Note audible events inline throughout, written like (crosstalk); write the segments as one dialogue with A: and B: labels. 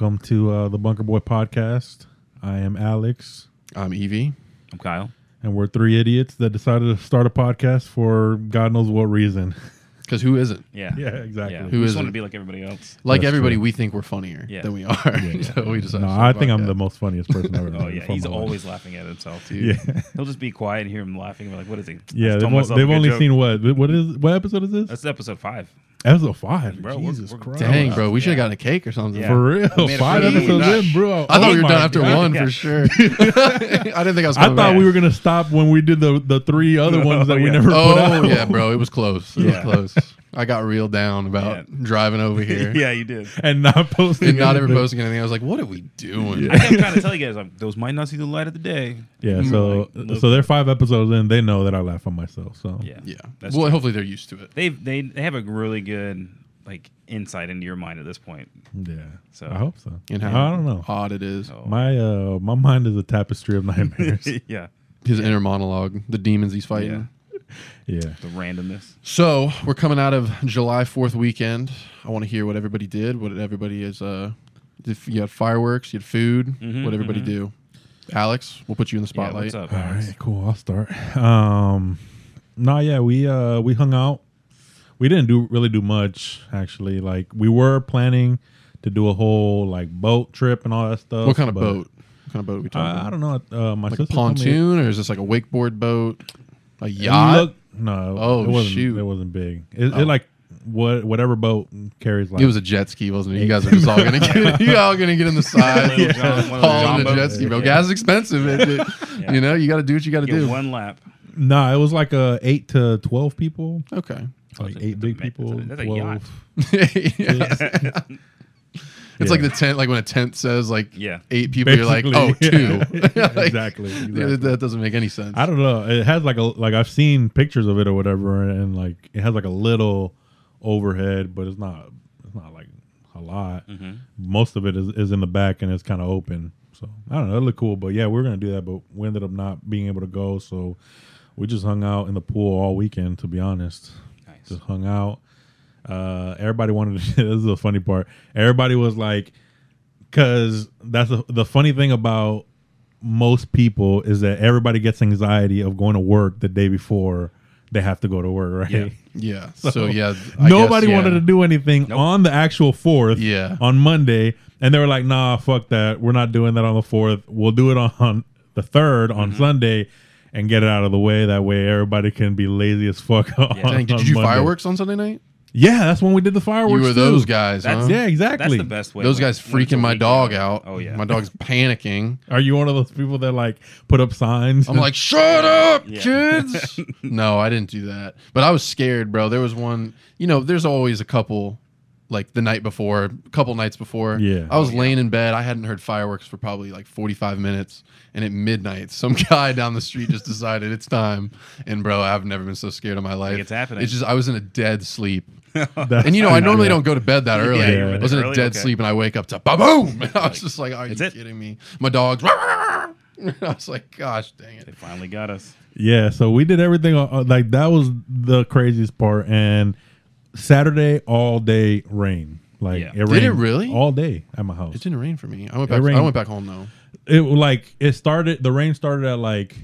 A: welcome to uh, the Bunker Boy podcast. I am Alex,
B: I'm Evie.
C: I'm Kyle.
A: and we're three idiots that decided to start a podcast for God knows what reason.
B: Because who isn't?
C: (laughs) Yeah.
A: yeah, exactly.
C: Yeah.
B: Who
C: we
B: is
C: just want
B: it?
C: to be like everybody else.
B: Like
A: That's
B: everybody,
A: true.
B: we think we're funnier
C: (laughs) Yeah.
B: than we are. (laughs) so we just
A: No, I think I'm the most funniest person
C: (laughs)
A: I've ever.
C: Oh
A: known
C: yeah,
A: for
C: he's
A: my life.
C: always laughing at himself. Dude.
A: (laughs) Yeah,
C: He'll just be quiet and hear him laughing. We're like, what is he? I
A: yeah.
C: just
A: They've,
C: told
A: on-
C: myself a
A: they've
C: good
A: only
C: joke.
A: seen what? What is? What episode is this?
C: That's episode five.
A: episode five.
C: Bro, we're-
A: Jesus
C: we're
A: Christ!
B: Dang, bro, we should have
C: Yeah.
B: gotten a cake or something.
C: Yeah.
A: For real,
C: made a
A: five
C: pretty
A: episodes
C: nut.
A: in, bro.
B: I
A: Oh
B: thought we were
A: my
B: done after
A: God.
B: one
C: Yeah.
A: (laughs)
B: for sure. (laughs) I didn't think I was.
A: I thought
B: Coming back.
A: we were gonna stop when we did the the three
C: (laughs)
A: other ones that we
C: yeah.
A: never put
B: Oh
A: out. (laughs)
B: yeah, bro, it was close. It
C: Yeah.
B: was close. I got reeled down about
C: Yeah.
B: driving
C: (laughs)
B: over here
C: yeah, you did.
A: and not posting. (laughs)
B: and (laughs) not ever
A: anything.
B: posting anything. I was like, what are we doing?
C: I kept trying to tell you guys, like, those might not see the light of the day.
A: Yeah, so
C: Like,
A: so they're five episodes in. They know that I laugh on myself. So
C: Yeah.
B: (laughs) Yeah.
C: That's
B: well,
C: true.
B: hopefully they're used to it.
C: They've they they have a really good like insight into your mind at this point.
A: yeah.
C: So-
A: I hope so.
B: And how
A: I don't know.
B: odd it is.
C: Oh.
A: My uh my mind is a tapestry of
B: (laughs)
A: nightmares.
C: (laughs) yeah.
B: His inner monologue, the demons he's fighting.
C: Yeah.
A: yeah.
C: The randomness.
B: So we're coming out of July Fourth weekend. I want to hear what everybody did. What everybody is. Uh, if you had fireworks, you had food.
C: Mhm,
B: what everybody
C: mhm.
B: do? Alex, we'll put you in the
C: Yeah,
B: spotlight.
C: what's up?
A: All
C: Alex?
A: right, cool. I'll start. Um no, yeah, we uh we hung out. We didn't do really do much actually. Like we were planning to do a whole like boat trip and all that stuff.
B: What kind of
A: but-
B: boat? What kind of boat are we talking
A: I, I
B: about?
A: don't know. Uh, my
B: Like a
A: sister told me-
B: pontoon, or is this like a wakeboard boat? A
A: It
B: yacht?
A: looked- no.
B: Oh,
A: it wasn't,
B: shoot.
A: It wasn't big. It,
B: Oh.
A: it like what whatever boat carries like
B: it was a jet ski, wasn't it? You guys are just all gonna get, you all gonna get in the side,
C: Little John- one of those
B: haul in a
C: jumbo-
B: jet ski, bro.
C: Yeah.
B: Gas is expensive. it- it-
C: (laughs) Yeah.
B: You know, you got to do what you got to
C: Get
B: do.
C: one lap.
A: No, it was like uh, eight to twelve people,
B: Okay.
A: like
C: That's Oh, a-
A: eight big
C: that's a-
A: people.
C: that's a
A: 12.
C: yacht.
B: (laughs) Yeah. It's like
A: Yeah.
B: the tent, like when a tent says like
C: Yeah.
B: eight people, you're like, oh,
A: Basically, (laughs)
B: two. (laughs)
A: yeah.
B: Like,
A: exactly.
B: yeah,
A: exactly.
B: that- that doesn't make any sense.
A: I don't know. It has like a like I've seen pictures of it or whatever, and like it has like a little overhead, but it's not it's not like a lot.
C: Mhm.
A: Most of it is, is in the back and it's kind of open. So I don't know. It looked cool, but yeah, we were gonna do that, but we ended up not being able to go. So we just hung out in the pool all weekend. To be honest,
C: Nice.
A: just hung out. Uh, everybody wanted. To, (laughs) this is the funny part. Everybody was like, because that's the the funny thing about most people is that everybody gets anxiety of going to work the day before they have to go to work, (laughs) right?
C: Yeah.
B: Yeah. So,
A: So,
B: yeah.
A: Nobody wanted to
B: to.
A: do anything
C: Nope.
A: on the actual fourth,
B: Yeah.
A: on Monday, and they were like, "Nah, fuck that. We're not doing that on the fourth. We'll do it on the third on
B: Mm-hmm.
A: Sunday." And get it out of the way. That way, everybody can be lazy as fuck. (laughs) On,
B: Dang, did
A: on
B: you do
A: Monday.
B: fireworks on Sunday night?
A: Yeah, that's when we did the fireworks.
B: You were
A: too.
B: those guys,
C: That's-
B: huh?
A: Yeah,
C: That's
A: exactly.
C: the best way.
B: Those
C: when-
B: guys
C: when it's a
B: freaking my
C: weekend.
B: dog out.
C: Oh yeah.
A: (laughs)
B: My dog's panicking.
A: Are you one of those people that like put up signs? (laughs)
B: I'm like, shut up,
C: Yeah.
B: kids. no, I didn't do that. But I was scared, bro. There was one, you know, there's always a couple, like the night before, a couple nights before.
A: Yeah.
B: I was
C: Oh,
B: laying in bed. I hadn't heard fireworks for probably like 45 minutes. And at midnight, some (laughs) guy down the street just decided it's time. And, bro, I've never been so scared in my life.
C: it's happening.
B: It's just, I was in a dead sleep.
A: That's-
B: And, you know, I normally
A: Yeah.
B: don't go to bed that early.
C: Yeah,
A: you're
B: I
A: in
B: was in
C: there
B: a
C: early?
B: dead
C: Okay.
B: sleep and I wake up to ba boom. (laughs) And I was just like, are you
C: That's it.
B: kidding me? My dog's. (laughs) I was like, gosh dang it.
C: They finally got us.
A: Yeah, so we did everything uh, uh, like that was the craziest part. And Saturday all day rain. Like
C: Yeah.
A: it
C: Did
A: rained
B: it really?
A: all day at my house.
B: It didn't rain for me. I
A: It
B: went back. I
A: rained.
B: went back home though.
A: it like it started the rain started at like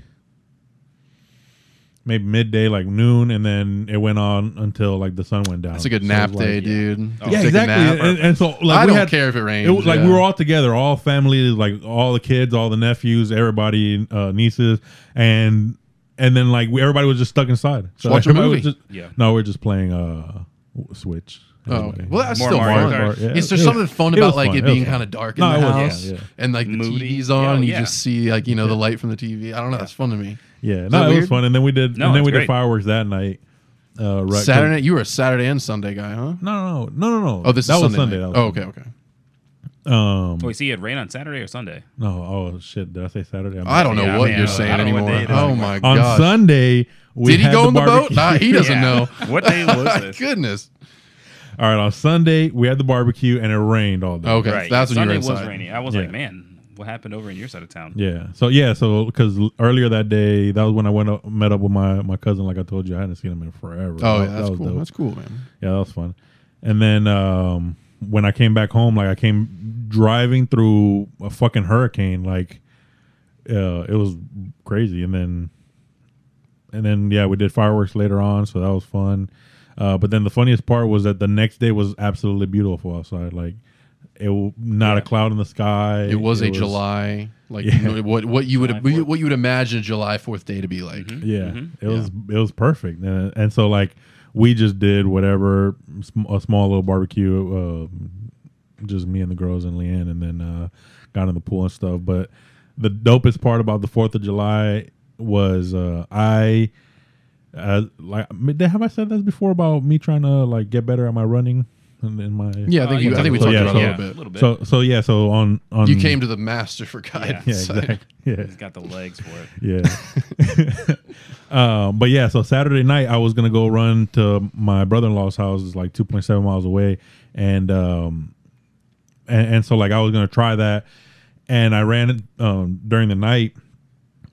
A: maybe midday like noon and then it went on until like the sun went down
B: That's a good
A: So it
B: nap
A: was, like-
B: day, dude.
C: Oh,
A: yeah
B: Take a nap.
A: exactly and, and so like
B: I
A: we
B: don't
A: had,
B: care if it
A: it
B: rains.
A: was like
B: yeah.
A: we were all together, all family, like all the kids, all the nephews, everybody, uh, nieces, and and then like we, everybody was just stuck inside. So
B: watch a
A: everybody was
B: movie.
A: just-
C: Yeah.
A: no, we're just playing uh, w- Switch.
B: Oh, okay. Well, that's
C: More
B: still
C: Mario
B: fun.
C: Kart.
A: Yeah,
B: It's
A: it
B: there's
A: was-
B: something fun
A: it
B: about
A: was
B: like
A: fun,
B: it
A: it was
B: being
A: fun.
B: kind of dark in
A: No, it
B: the
A: was-
B: house
A: yeah, yeah.
B: and like the
C: Moody.
B: TV's on.
C: Yeah,
B: and you
C: yeah.
B: just see like you know the light from the TV. I don't know. It's fun to me.
A: yeah,
B: that
A: no, it
B: weird?
A: was fun. And then we did,
C: No,
A: and then
C: it's
A: we did
C: great.
A: fireworks that night. Uh, right, 'cause-
B: Saturday. night- You were a Saturday and Sunday guy, huh?
A: No, no, no, no, no.
B: Oh, this
A: that
B: is
A: was
B: Sunday.
A: Sunday.
B: night.
A: That was
B: Oh, okay, okay.
A: Sunday. Um,
C: Wait, so you had rain on Saturday or Sunday?
A: no, oh shit, did I say Saturday? I'm
B: I don't know
C: Yeah, I
B: what
C: mean,
B: you're
C: I don't
B: saying
C: know what
B: anymore.
C: day it is
B: Oh
C: anymore.
B: my
A: On
B: gosh.
A: Sunday, we
B: Did he
A: had
B: go on the boat?
A: barbecue.
B: Nah, he doesn't
C: Yeah.
B: know. (laughs)
C: What day was
B: My
C: this?
B: goodness.
A: (laughs) All right, on Sunday we had the barbecue and it rained all day.
B: Okay, that's when you
C: Sunday
B: were
C: was
B: inside.
C: rainy. I was
A: Yeah.
C: like, man, what happened over in your side of town?
A: Yeah. So yeah. So because earlier that day, that was when I went up, met up with my my cousin. Like I told you, I hadn't seen him in forever. That-
B: Oh, yeah,
A: that
B: that's
A: was
B: cool.
A: dope.
B: That's cool, man.
A: Yeah, that was fun. And then um, when I came back home, like I came driving through a fucking hurricane, like uh, it was crazy. And then, and then yeah, we did fireworks later on, so that was fun. Uh, but then the funniest part was that the next day was absolutely beautiful outside, like it w- not a cloud in the sky.
B: It was a July, like
A: Yeah.
B: you know, what what you would
C: July fourth.
B: what you would imagine a July Fourth day to be like.
A: Yeah,
C: Mhm.
B: Mm-hmm.
A: it was it was perfect, and, and so like we just did whatever sm- a small little barbecue, uh, just me and the girls and Leanne, and then uh, got in the pool and stuff. But the dopest part about the Fourth of July was uh, I. Uh, like I mean, have I said this before about me trying to like get better at my running and in my
B: Yeah, I think
C: Uh,
B: you, I think we
A: so
B: talked
A: yeah,
B: about
A: so-
B: it a
C: yeah,
B: little bit.
C: little bit.
A: so so yeah so on on
B: You came to the master for guidance.
A: Um, (laughs)
B: (laughs)
A: yeah exactly yeah
C: He's got the legs for it.
A: Yeah. (laughs) um, but yeah, so Saturday night I was gonna go run to my brother in law's house, it's like two point seven miles away, and um, and, and so like I was gonna try that, and I ran it um, during the night,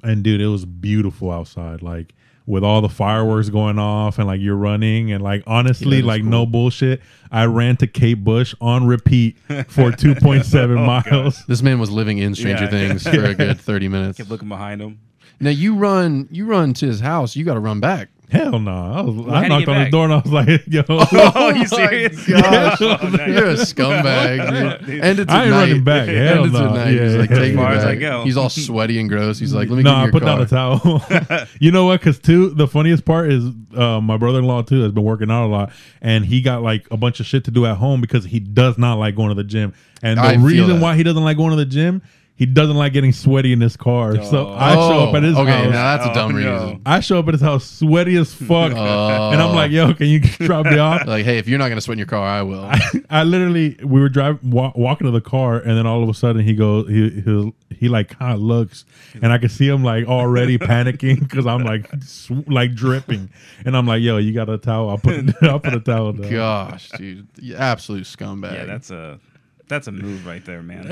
A: and dude, it was beautiful outside, like with all the fireworks going off and like you're running and like honestly
B: Yeah, that's
A: like
B: cool.
A: no bullshit i ran to kate bush on repeat for 2.7
C: Oh, God.
A: miles (laughs)
B: This man was living in Stranger
C: Yeah.
B: Things for a good
C: (laughs)
B: thirty minutes.
C: Kept looking behind him.
B: Now you run, you run to his house. You got to run back.
A: hell no i, was,
C: how'd
A: I
C: you
A: knocked
C: get
A: on his
C: back?
A: door and i was like (laughs) yo
C: (laughs) (laughs)
B: (laughs)
C: Oh, you
B: my
C: serious?
B: Gosh,
C: (laughs) Yeah. (laughs) Oh, nice.
B: you're a
C: (laughs)
B: scumbag. dude. And it's
A: I
B: at
A: ain't
B: night.
A: running back. Hell
B: and it's
A: no.
B: at night. He's
A: Yeah,
B: like,
A: yeah,
B: take
A: yeah.
B: me
A: Far
B: back.
A: as
C: I go.
B: He's all sweaty and gross. He's like, let me
A: no,
B: give you
A: I
B: your
A: put down
B: car.
A: a
B: (laughs)
A: towel. (laughs) you know what? Because too, the funniest part is uh, my brother-in-law too has been working out a lot, and he got like a bunch of shit to do at home because he does not like going to the gym. And the
B: I feel
A: reason
B: that.
A: why he doesn't like going to the gym, he doesn't like getting sweaty in his car. So
C: Oh.
A: I show up at his
B: okay,
A: house.
B: now that's a
C: Oh,
B: dumb
C: no.
B: reason.
A: I show up at his house sweaty as
B: (laughs)
A: fuck, and I'm like, "Yo, can you (laughs) drop me off?"
B: Like, hey, if you're not gonna sweat in your car,
A: (laughs)
B: I will.
A: I literally we were driving wa- walking to the car and then all of a sudden he goes he he, he like kind of looks and I could see him like
C: (laughs)
A: already panicking because I'm like sw- like dripping and I'm like yo you got a towel I'll put (laughs) I'll put a
C: (laughs)
A: towel down
B: Oh, Gosh, dude, you absolute scumbag.
C: Yeah, that's a that's a move right
B: (laughs)
C: there, man.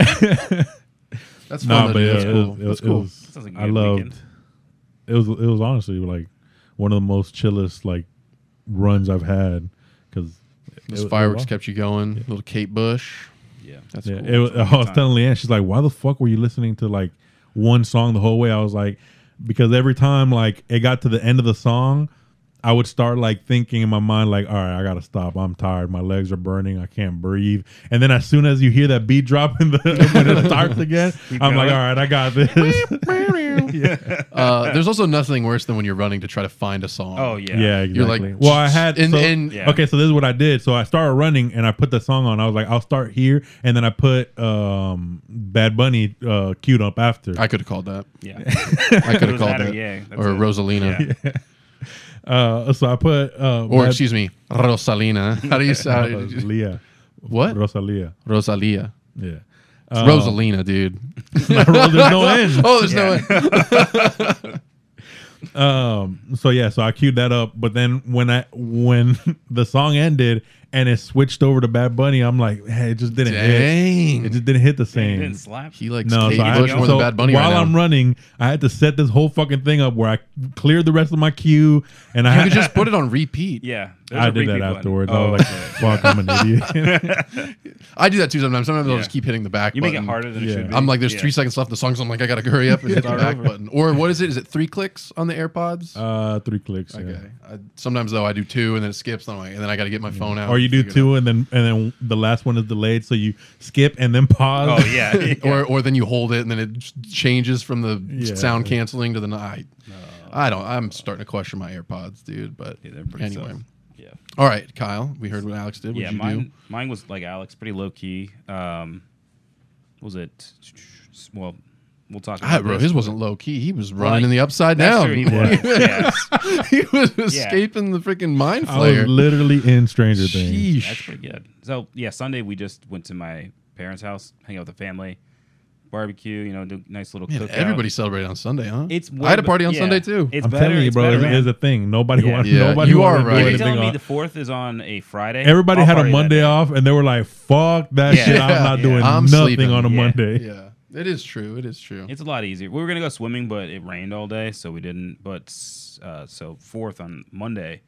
B: that's
A: nah
B: fun.
A: but
B: though,
A: yeah,
B: dude. that's
A: it was- it was-
B: cool. That's
A: it
B: cool.
A: was-
C: Sounds like a
A: I
C: good
A: loved
C: weekend.
A: it was it was honestly like one of the most chillest like runs I've had because
B: Those fireworks kept you going. Little Kate Bush.
C: Yeah.
B: That's
A: Yeah,
B: cool. (laughs)
A: it was, (laughs) I was telling Leanne, she's like, "Why the fuck were you listening to like one song the whole way?" I was like, "Because every time like it got to the end of the song, I would start like thinking in my mind like, all right, I gotta stop. I'm tired. My legs are burning. I can't breathe.' And then as soon as you hear that beat drop in the (laughs) when it starts
B: (laughs)
A: again, I'm
C: Keep
A: like,
C: going.
A: all right, I got this.
C: (laughs)
B: uh, there's also nothing worse than when you're running to try to find a song.
A: (laughs)
C: Oh
A: yeah,
C: yeah.
A: exactly.
B: You're like,
A: well, I had
B: and,
A: so-
B: and
C: Yeah.
A: Okay, so this is what I did. So I started running and I put the song on. I was like, I'll start here, and then I put um, Bad Bunny uh, queued up after.
B: I could have called that. (laughs)
C: Yeah.
B: I could
C: It
B: have
C: was
B: called
C: that or
B: that.
C: yeah, that's
B: or
C: it.
B: Rosalina.
C: Yeah.
A: Uh, so I put uh,
B: Or
A: Bad-
B: excuse me, Rosalina. How do you sound?
A: Rosalia.
B: what?
A: (laughs) Rosalia.
B: Rosalia.
A: Yeah. (laughs)
B: It's
A: Oh.
B: Rosalina, dude. (laughs)
A: Ro- There's no end.
B: Oh, there's
C: (laughs) Yeah.
B: no way.
A: Um. So yeah. So I queued that up, but then when I when (laughs) the song ended and it switched over to Bad Bunny, I'm like, hey, it just didn't hit. It
B: Dang.
A: just didn't hit the
C: He
A: same.
C: didn't slap.
B: He likes
A: No,
B: Kate
A: so, I,
B: Bush more
A: so
B: than Bad Bunny
A: while
B: right
A: I'm
B: now.
A: running, I had to set this whole fucking thing up where I cleared the rest of my queue, and I
B: You
A: had,
B: could just put it on repeat.
C: yeah. there's
A: (laughs) I
C: a
A: did that
C: repeat button.
A: afterwards. I
C: Oh,
A: was like,
C: okay.
A: "Fuck,
C: (laughs)
A: I'm an idiot."
B: I do that too sometimes. Sometimes I'll
C: Yeah.
B: just keep hitting the back
C: you make
B: button.
C: it harder than
A: Yeah.
C: it should be.
B: I'm like, there's
C: Yeah.
B: three seconds left in the song, so I'm like, I gotta hurry up and
A: (laughs)
B: hit the
C: Start
B: back
C: over.
B: button. Or what is it? Is it three clicks on the
A: (laughs)
B: AirPods?
A: uh, three clicks. yeah.
B: okay. I, sometimes though, I do two and then it skips. And, I'm like, and then I gotta get my phone out.
A: Mm. Or Oh, you
B: and
A: do
B: figure it
A: two, and then and then the last one is delayed, so you skip and then pause.
C: (laughs)
B: (laughs)
C: Oh yeah. yeah.
A: (laughs)
B: out. Or or then you hold it and then it ch- changes from the
A: Yeah.
B: sound canceling to the night. I don't. I'm starting to question my AirPods, dude. But
C: Yeah, they're pretty
B: anyway.
C: tough. yeah.
B: All right, Kyle. We heard what Alex did. What
C: yeah,
B: you
C: mine
B: do?
C: mine was like Alex, pretty low key. Um, was it? Well, we'll talk. About
B: Ah, bro,
C: this.
B: his wasn't low key. He was running
C: Like,
B: in the upside
C: That's
B: down. (laughs)
C: true, he (laughs) was. yes.
B: he was escaping the freaking mine
A: I was
B: flayer.
A: literally in Stranger Things.
B: Sheesh.
C: That's pretty good. So yeah, Sunday we just went to my parents' house, hang out with the family, barbecue. You know, do a nice little
B: Man,
C: cookout.
B: everybody celebrated on Sunday, huh?
C: It's way
B: I had a
C: be-
B: party on
C: yeah.
B: Sunday too.
C: It's
A: I'm
C: better,
A: telling you,
C: it's
A: bro,
C: better,
A: it
C: man.
A: is a thing. Nobody
C: Yeah.
A: wants.
B: Yeah,
A: Nobody
B: you
A: wanted
B: are
A: to do
B: right.
C: If you're
A: anything
C: telling me
A: on-
C: the fourth is on a Friday,
A: Everybody
C: I'll
A: had a
C: party that
A: Monday
C: day.
A: off, and they were like, "Fuck that
C: Yeah.
A: shit! I'm not
C: (laughs) Yeah.
A: doing
B: I'm
A: nothing
B: sleeping.
A: on a
C: Yeah.
A: Monday."
B: yeah, it is true. It is true.
C: It's a lot easier. We were gonna go swimming, but it rained all day, so we didn't. But uh, so fourth on Monday,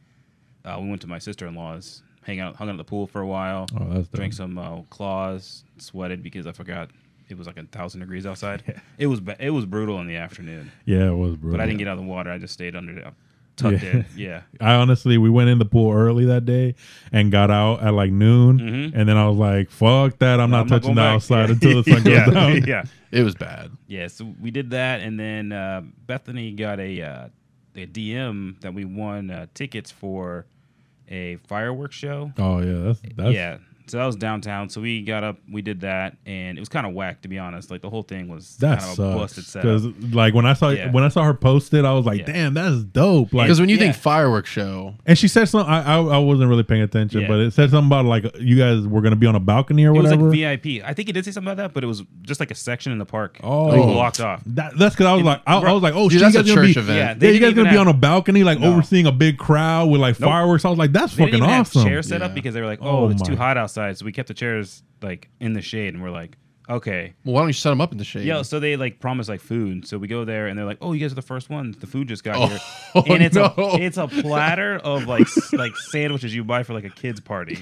C: uh, we went to my sister in law's hang out, hung out at the pool for a while,
A: Oh, that's dope.
C: drank some uh, claws, sweated because I forgot it was like a thousand
A: (laughs)
C: degrees outside. It was ba- it was brutal in the afternoon,
A: Yeah, it was, bro.
C: but I didn't get out of the water. I just stayed under there, tucked
A: Yeah.
C: in. Yeah,
A: I honestly, we went in the pool early that day and got out at like noon,
C: Mhm.
A: and then I was like, "Fuck that! I'm (laughs)
C: No,
A: not
C: I'm not
A: touching
C: going
A: the
C: back."
A: outside until
C: (laughs)
A: the sun goes
C: yeah,
A: down."
C: yeah.
B: It was bad.
C: Yeah, so we did that, and then uh, Bethany got a uh, a DM that we won uh, tickets for a fireworks show.
A: Oh yeah, that's that's
C: yeah, so that was downtown. So we got up, we did that, and it was kind of whack to be honest. Like the whole thing was
A: that
C: kind of a
A: sucks.
C: busted setup.
A: Because like when I saw
C: Yeah.
A: when I saw her post it, I was like,
C: Yeah.
A: "Damn, that's dope!" Like,
B: Because when you think
C: yeah.
B: fireworks show,
A: and she said something. I, I I wasn't really paying attention,
C: Yeah.
A: but it said something about like you guys were gonna be on a balcony or
C: It was
A: whatever.
C: like VIP. I think it did say something about that, but it was just like a section in the park.
A: Oh.
C: like, blocked off.
A: That, that's because I was
C: It-
A: like, I, I was like, "Oh,
B: Dude,
A: she
B: that's
A: guys
B: a
A: gonna
B: church
A: be,
B: event.
C: Yeah,
A: Yeah,
C: they
A: you guys
C: didn't
A: gonna
C: even
A: be
C: have-
A: on a balcony, like
C: No.
A: overseeing a big crowd with like
C: Nope.
A: fireworks." I was like, "That's
C: They didn't
A: fucking
C: even have
A: awesome."
C: chairs set up
B: Yeah.
C: because they were like,
A: Oh
C: "Oh, it's too
A: my.
C: hot outside," so we kept the chairs like in the shade, and we're like, "Okay."
B: well, why don't you set them up in the shade? (laughs)
C: Yeah, so they like promise like food. So we go there and they're like, "Oh, you guys are the first ones. The food just got
B: Oh,
C: here." And it's
B: no.
C: a it's a platter of like s- like sandwiches you buy for like a kids party.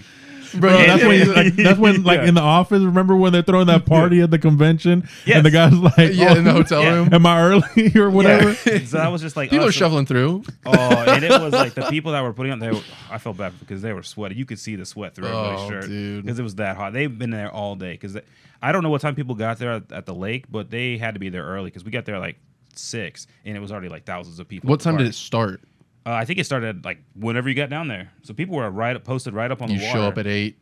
B: Bro,
A: Bro,
C: Yeah,
A: that's
B: it-
A: when,
C: yeah, (laughs)
A: you- like, that's when, like,
C: yeah.
A: in the office. Remember when they're throwing that party at the convention, and the
C: Yes.
A: guy's like,
B: yeah,
A: "Oh,
B: in the hotel
C: Yeah.
B: room.
A: (laughs) Am I early (laughs) or whatever?"
C: Yeah. So I was just like,
B: People
C: oh,
B: are
C: so-
B: shuffling through.
C: Oh, and it was like
B: (laughs)
C: the people that were putting on there. I felt bad because they were sweaty. You could see the sweat through
B: Oh,
C: everybody's shirt
B: dude.
C: because it was that hot. They've been there all day because I don't know what time people got there at, at the lake, but they had to be there early because we got there like six and it was already like thousands of people.
B: What
C: at the
B: time did
C: park.
B: it start?
C: Uh, I think it started like whenever you got down there. So people were right posted right up on
B: You
C: the water.
B: show up at (laughs) eight.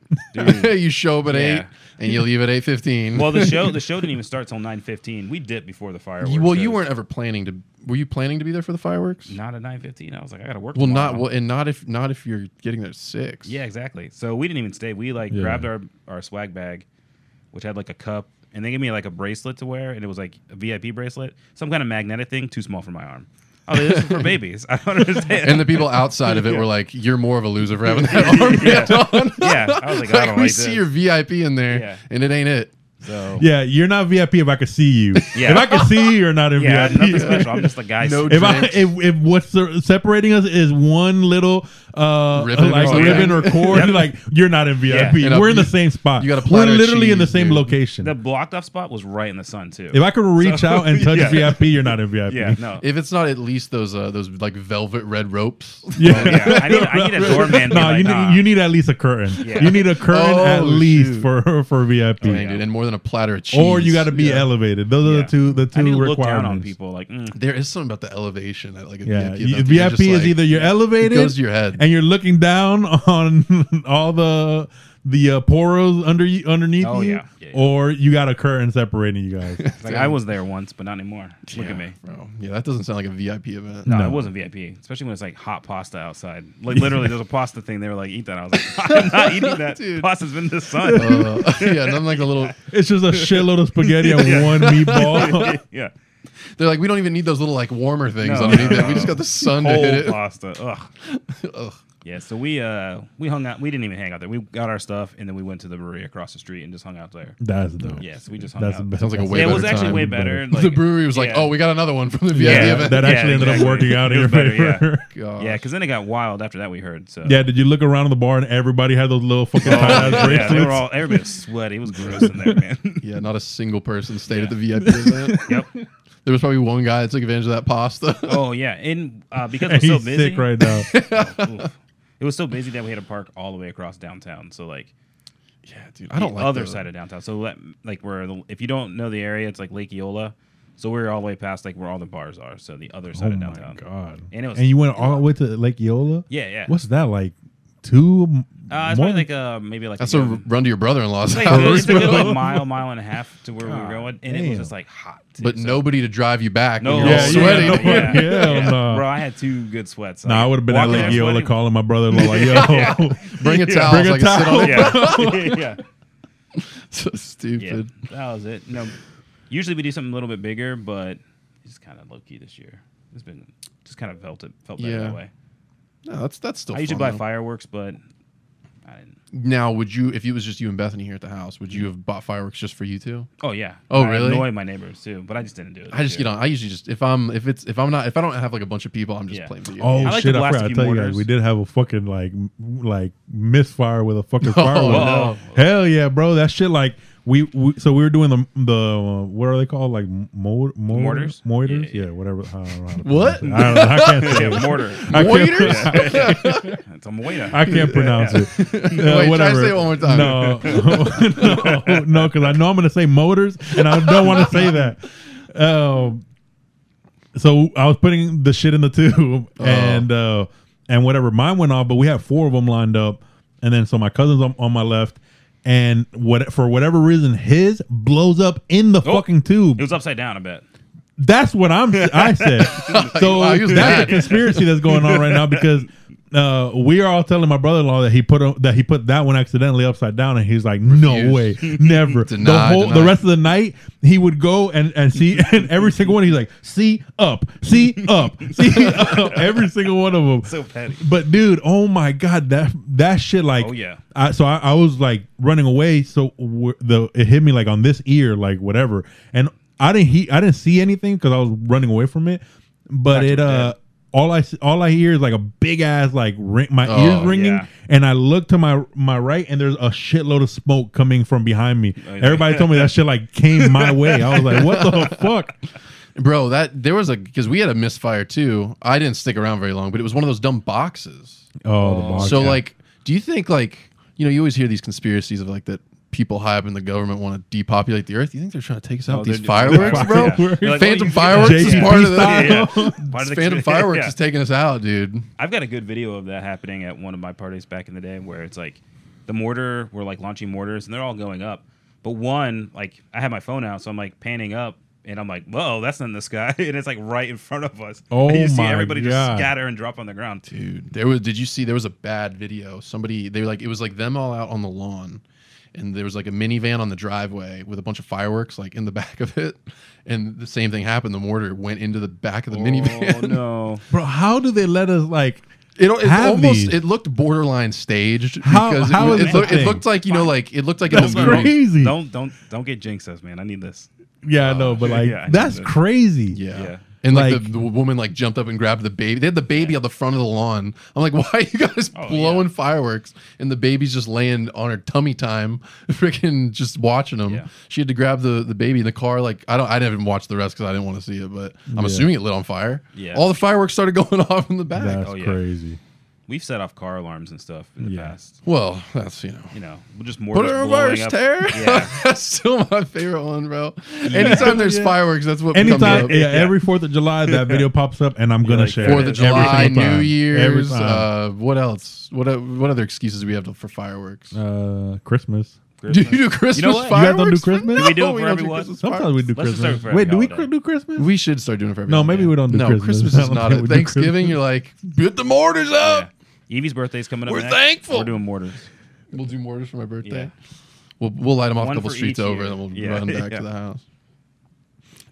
B: (laughs)
C: Dude.
B: you show up at
C: Yeah.
B: eight, and you leave at eight fifteen.
C: Well, the show the show didn't even start till nine fifteen. We dipped before the fireworks.
B: You, well, you
C: so
B: weren't ever planning to. Were you planning to be there for the fireworks?
C: not at nine fifteen. I was like, I gotta work.
B: Well,
C: tomorrow.
B: not well, and not if not if you're getting there at six.
C: Yeah, exactly. So we didn't even stay. We like
A: Yeah.
C: grabbed our our swag bag, which had like a cup, and they gave me like a bracelet to wear, and it was like a VIP bracelet, some kind of magnetic thing, too small for my arm. I was like, this is
A: (laughs)
C: for babies. (laughs) I don't understand.
B: And the people outside
C: (laughs)
B: of it were like, "You're more of a loser for having that armband on."
C: yeah, I was like,
B: (laughs)
C: I
A: (laughs)
B: like
C: don't
B: we
C: like
B: see
C: this.
B: your VIP in there,
C: Yeah.
B: and it ain't it.
C: so
A: Yeah, you're not VIP if I could see you.
C: Yeah.
A: If I could see you, you're
B: (laughs)
A: not in
C: yeah, nothing
A: VIP.
C: special. I'm just a guy.
B: No
A: (laughs) If I
B: Drinks.
A: if, if what's the- separating us is one little uh
B: Ribbon or
A: like
B: something.
A: ribbon
B: (laughs)
A: or cord,
C: Yep.
A: like you're not in VIP.
C: Yeah.
B: And a-
A: We're in the
B: you-
A: same spot.
B: you got a
A: We're
B: platter of
A: literally in the
B: cheese,
A: same
B: dude.
A: location.
C: the blocked off spot was right in the sun too.
A: if I could reach
C: So-
A: out
C: (laughs)
A: and touch
C: Yeah.
A: VIP, you're not in VIP. (laughs)
C: yeah, no.
B: If it's not at least those uh, those like velvet red ropes,
A: Yeah.
C: yeah, I need,
A: (laughs)
C: I need a doorman. to be
A: No,
C: like,
A: you, need,
C: "Nah."
A: you need at least a curtain.
C: Yeah.
A: You need a curtain
B: Oh,
A: at least
B: shoot.
A: for (laughs) for VIP.
B: Dang, dude, and more than a platter of cheese,
A: Or you got to be
B: Yeah.
A: elevated. Those are
C: Yeah.
A: the two the two
C: I need to look
A: requirements.
C: down on people. Like, mm,
B: There is something about the elevation at like a
A: Yeah,
B: VIP.
A: you-
B: event that
A: VIP
B: you're just,
A: is
B: like,
A: either you're
B: it
A: elevated
B: goes to your head.
A: and you're looking down (laughs) on all the the uh, poros under you underneath
C: Oh,
A: you,
C: yeah. Yeah, yeah.
A: or you got a curtain separating you
B: (laughs)
A: guys.
C: like I was there once, but not anymore. Look at me.
B: Bro. "Oh, Yeah, that doesn't sound like a VIP event.
C: No,
A: No.
C: it wasn't VIP, especially when it's like hot pasta outside. Like literally, there's a pasta thing. They were like, "Eat that." I was like, (laughs) "I'm not eating
A: (laughs)
C: that.
B: Dude.
C: Pasta's been in the sun."
B: (laughs)
A: Uh-huh.
B: Uh, yeah, nothing like a little.
A: It's just a shitload of
B: (laughs)
A: spaghetti and one meatball.
C: yeah,
B: They're like, we don't even need those little like warmer things
C: No,
B: underneath
C: no,
B: it. We
C: no.
B: just got
C: (laughs)
B: the sun to
C: whole
B: hit
A: (laughs)
B: it.
C: pasta. Ugh.
B: Ugh.
C: Yeah. So we uh we hung out. We didn't even hang out there. We got our stuff and then we went to the brewery across the street and just hung
A: (laughs)
C: out there.
A: (laughs) That's dope.
C: Yes, we just hung
A: That's
C: out.
A: the
B: Sounds like a
A: best.
B: way
C: yeah, it was
B: better
C: actually
B: time.
C: way better.
B: the
C: like-
B: brewery was like,
C: yeah.
B: oh, we got another one from the VIP
C: Yeah,
B: event.
A: that
C: Yeah,
A: actually ended up
C: exactly.
A: working out in
C: It
A: your
C: was better, yeah.
A: favor.
B: Gosh.
C: yeah, because then it got wild after that. We heard so.
A: Yeah, did you look around the bar and everybody had those little (laughs) fucking tie-dye
C: Oh, yeah,
A: bracelets?
C: they were all everybody was sweaty. It was gross in there, man. (laughs)
B: Yeah, not a single person stayed at the VIP event.
C: yep.
B: There was probably one guy that took advantage of that pasta.
C: Oh yeah, and uh, because
A: And
C: it
A: (laughs)
C: was
A: He's
C: so busy,
A: sick right
C: (laughs)
A: now.
C: Oof. It was so busy that we had to park all the way across downtown. So like
B: yeah, dude. (laughs) I don't
C: the
B: like
C: other
B: those.
C: side of downtown. So let, like where the, if you don't know the area, it's like Lake Eola. So we're all the way past like where all the bars are. So the other
A: oh
C: side of
A: my
C: downtown.
A: god!
C: And it was-
A: and you went all the way to Lake Yola.
C: Yeah, yeah.
A: What's that like? Two.
C: uh, it's
A: more-
C: probably like uh maybe like
B: That's
C: a
B: a
C: good-
B: run to your brother in law's (laughs)
C: it's (laughs) like,
B: house.
C: it's a good,
B: bro.
C: like mile, mile and a half to where we were going, and it
A: damn.
C: was just like hot. too,
B: but
C: so-
B: nobody to drive you back.
C: no,
B: when you're
A: Yeah,
B: all
A: you
B: sweaty.
A: got no-
B: (laughs)
C: (laughs) yeah,
A: Hell
C: yeah.
A: no.
C: bro. I had two good sweats.
A: Nah, I would have been at
C: walking
A: Lake
C: there
A: Yola
C: sweaty-
A: calling my brother-in-law like, "Yo, (laughs)
B: Bring a towel.
A: Bring
B: so
A: a
B: I can sit on
A: towel. (laughs)
B: it.
C: (laughs) Yeah, (laughs) yeah.
B: so
C: Yeah,
B: stupid.
C: that was it. No, usually we do something a little bit bigger, but it's kind of low key this year. It's been just kind of felt it felt better
B: Yeah.
C: that way.
B: No, that's that's still.
C: I usually
B: fun,
C: buy
B: though.
C: fireworks, but I didn't.
B: Now, would you, if it was just you and Bethany here at the house, would
C: Mm-hmm.
B: you have bought fireworks just for you two?
C: Oh yeah.
B: Oh,
C: I
B: really?
C: Annoy my neighbors too, but I just didn't do it.
B: I just get on. I usually just if I'm if it's if I'm not if I don't have like a bunch of people, I'm just
C: Yeah.
B: playing video.
A: Oh
B: games.
C: I like
A: shit!
C: to
A: I
C: blast a
A: forgot to
C: few
A: tell you guys,
C: mortars.
A: we did have a fucking like m- like misfire with a
B: (laughs)
A: fucking firework.
B: Oh, no.
A: Hell yeah, bro! That shit like we, we so we were doing the the uh, what are they called like mo- mo-
C: Mortars?
A: mortars?
C: Yeah,
A: Yeah, whatever. I don't know how to
B: What?
A: pronounce it. I, don't know, I can't say
B: (laughs)
C: Yeah,
A: it.
C: mortar.
A: I can't-
B: Waiters?
C: It's a moita.
A: I can't pronounce it. Uh,
B: (laughs) Wait, try to say it one more time.
A: No, (laughs) no, no, because I know I'm going to say motors, and I don't want to say that. Um, so I was putting the shit in the tube,
B: Oh.
A: and uh, and whatever mine went off, but we had four of them lined up, and then so my cousin's on, on my left, and what for whatever reason his blows up in the
C: Oh.
A: fucking tube.
C: It was upside down. I bet.
A: That's what I'm. I
B: (laughs)
A: said. So
B: Wow, he was
A: that's
B: mad.
A: a conspiracy that's going on right now because uh, we are all telling my brother-in-law that he put a, that he put that one accidentally upside down, and he's like, "No
B: Refused. (laughs)
A: way, never." the
B: Deny,
A: whole the
B: deny.
A: rest of the night, he would go and and see (laughs) and every single one. He's like, "See up, see up, see up," (laughs) every single one of them.
C: So petty.
A: But dude, oh my god, that that shit like
C: Oh, yeah.
A: I, so I, I was like running away. So wh- the it hit me like on this ear, like whatever, and I didn't he I didn't see anything because I was running away from it. But
C: Thought you
A: it
C: were
A: uh
C: dead.
A: all I s- all I hear is like a big ass like ring, my
B: Oh,
A: ears ringing,
C: yeah.
A: and I look to my my right and there's a shitload of smoke coming from behind me.
C: Oh, yeah.
A: Everybody told me that shit like came my way. I was like, what the fuck?
B: Bro, that there was a because we had a misfire too. I didn't stick around very long, but it was one of those dumb boxes.
A: Oh, the box.
B: So
A: yeah.
B: like, do you think like you know you always hear these conspiracies of like that people high up in the government want to depopulate the earth? You think they're trying to take us out
C: Oh,
B: with
C: they're
B: these
C: doing-
B: fireworks,
A: they're-
B: bro?
A: Yeah.
C: They're like,
B: Phantom
C: you-
B: fireworks (laughs) is
A: JP
B: part of the
A: style.
B: (laughs)
C: Part of the
B: Phantom
C: conspiracy.
B: fireworks
C: (laughs) Yeah.
B: is taking us out, dude.
C: I've got a good video of that happening at one of my parties back in the day where it's like the mortar, we're like launching mortars and they're all going up. But one, like I had my phone out, so I'm like panning up and I'm like, whoa, that's in the sky. (laughs) And it's like right in front of us.
A: Oh
C: and you see
A: my
C: everybody
A: God.
C: just scatter and drop on the ground.
B: Dude, there was. Did you see? There was a bad video. Somebody they were like it was like them all out on the lawn, and there was like a minivan on the driveway with a bunch of fireworks like in the (laughs) back of it, and the same thing happened. The mortar went into the back of the minivan. (laughs)
C: Oh, no.
A: bro, how do they let us like?
B: It, it
A: Have
B: almost
A: these.
B: it looked borderline staged
A: How-
B: because it,
A: how
B: was-
A: is
B: it,
A: that
B: loo- it
A: thing?
B: looked like you know like it looked like it
A: That's
B: was movie.
A: crazy.
C: Don't don't don't get jinx us, man. I need this.
A: Yeah, I know, but like
C: Oh, yeah, I
A: that's
C: know.
A: crazy.
B: Yeah.
C: Yeah.
B: And like,
A: Like-
B: the, the woman like jumped up and grabbed the baby. They had the baby on the front of the lawn. I'm like, (laughs) why are you guys
C: Oh,
B: blowing fireworks? And the baby's just laying on her tummy time, (laughs) freaking just watching them.
C: Yeah.
B: She had to grab the the baby in the car. Like I don't, I didn't even watch the rest because I didn't want to see it. But I'm
A: Yeah.
B: assuming it lit on fire.
C: Yeah.
B: All the fireworks started (laughs) going off in the back.
A: That's
C: Oh, yeah.
A: crazy.
C: We've set off car alarms and stuff in the
A: Yeah.
C: past.
B: well, that's you know.
C: You know, we're just more
B: Put it in reverse, tear.
C: (laughs) Yeah.
B: (laughs) that's still my favorite one, bro. Anytime
C: (laughs)
B: there's
A: Yeah.
B: fireworks, that's what comes
A: Anytime,
B: up.
A: yeah, every Fourth of July, that video pops up, and I'm gonna
C: like,
A: share.
B: Fourth
A: it
B: of
A: every single
B: July,
A: time.
B: New
A: Every
B: Year's.
A: time.
B: Uh, what else? What o- what other excuses do we have to- for fireworks?
A: Uh, Christmas.
B: do you do Christmas
C: what? You
B: fireworks?
A: guys don't do Christmas?
B: No,
A: Do
C: we do it for
B: don't
C: everyone?
B: Christmas
A: Sometimes we do
C: Let's just start
A: Christmas.
C: with
A: Wait, do we
C: holiday.
A: cr- do Christmas?
B: fireworks. We should start doing it for everyone.
A: maybe we don't do
B: no,
A: Christmas.
B: Christmas
A: I (laughs)
B: is
A: don't
B: not
A: think
B: it.
A: we do
B: Thanksgiving, you're like, put the mortars
C: yeah.
B: up.
C: Evie's birthday's coming up.
B: We're
C: next.
B: thankful.
C: We're doing mortars.
B: We'll do mortars for my birthday.
C: Yeah.
B: We'll, we'll light them off
C: One
B: a couple
C: for
B: streets
C: each
B: over
C: year.
B: and then we'll
C: Yeah.
B: run back
C: Yeah.
B: to the house.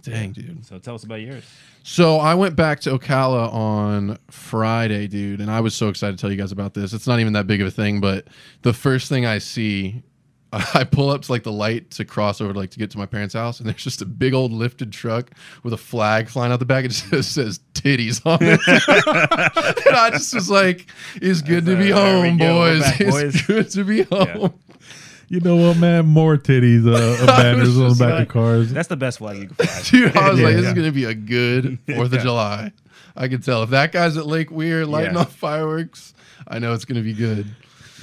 B: Dang, dude.
C: So tell us about yours.
B: So I went back to Ocala on Friday, dude, and I was so excited to tell you guys about this. It's not even that big of a thing, but the first thing I see, (laughs) I pull up to like the light to cross over, to, like to get to my parents' house, and there's just a big old lifted truck with a flag flying out the back. It just (laughs) says titties on it, (laughs) and I just was like, "It's good to
C: That's
B: be
C: a- there we
B: home,
C: go. We're
B: boys. (laughs)
C: back,
B: It's
C: boys."
B: good to be home."
A: You know what, man? More titties,
B: (laughs)
A: uh, banners on the
B: just
A: back
B: like-
A: of cars.
C: That's the best flag you can fly.
B: (laughs) Dude, I was like,
A: Yeah.
B: this is gonna be a good Fourth of
C: Yeah.
B: July. I can tell if that guy's at Lake Weir lighting
C: Yeah.
B: off fireworks, I know it's gonna be good.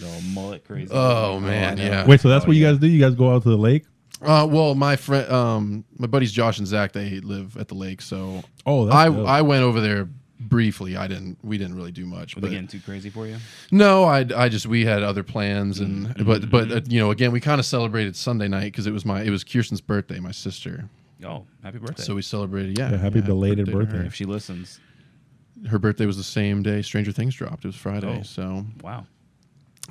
C: No mullet crazy.
B: Oh, man,
C: I know.
B: yeah.
A: Wait, so that's
C: Oh,
A: what you
C: yeah.
A: guys do? You guys go out to the lake?
B: Uh, well, my friend, um, my buddies Josh and Zach, they live at the lake, so
A: Oh, that's
B: I
A: dope.
B: I went over there briefly. I didn't, we didn't really do much.
C: Were they
B: But
C: getting too crazy for you?
B: no, I I just we had other plans, and but but uh, you know, again, we kind of celebrated Sunday night because it was my it was Kirsten's birthday, my sister,
C: Oh, happy birthday.
B: so we celebrated. Yeah,
A: Yeah, happy belated
B: to
A: birthday.
C: if she listens,
B: Her. her birthday was the same day Stranger Things dropped. It was Friday,
C: Oh.
B: so
C: wow.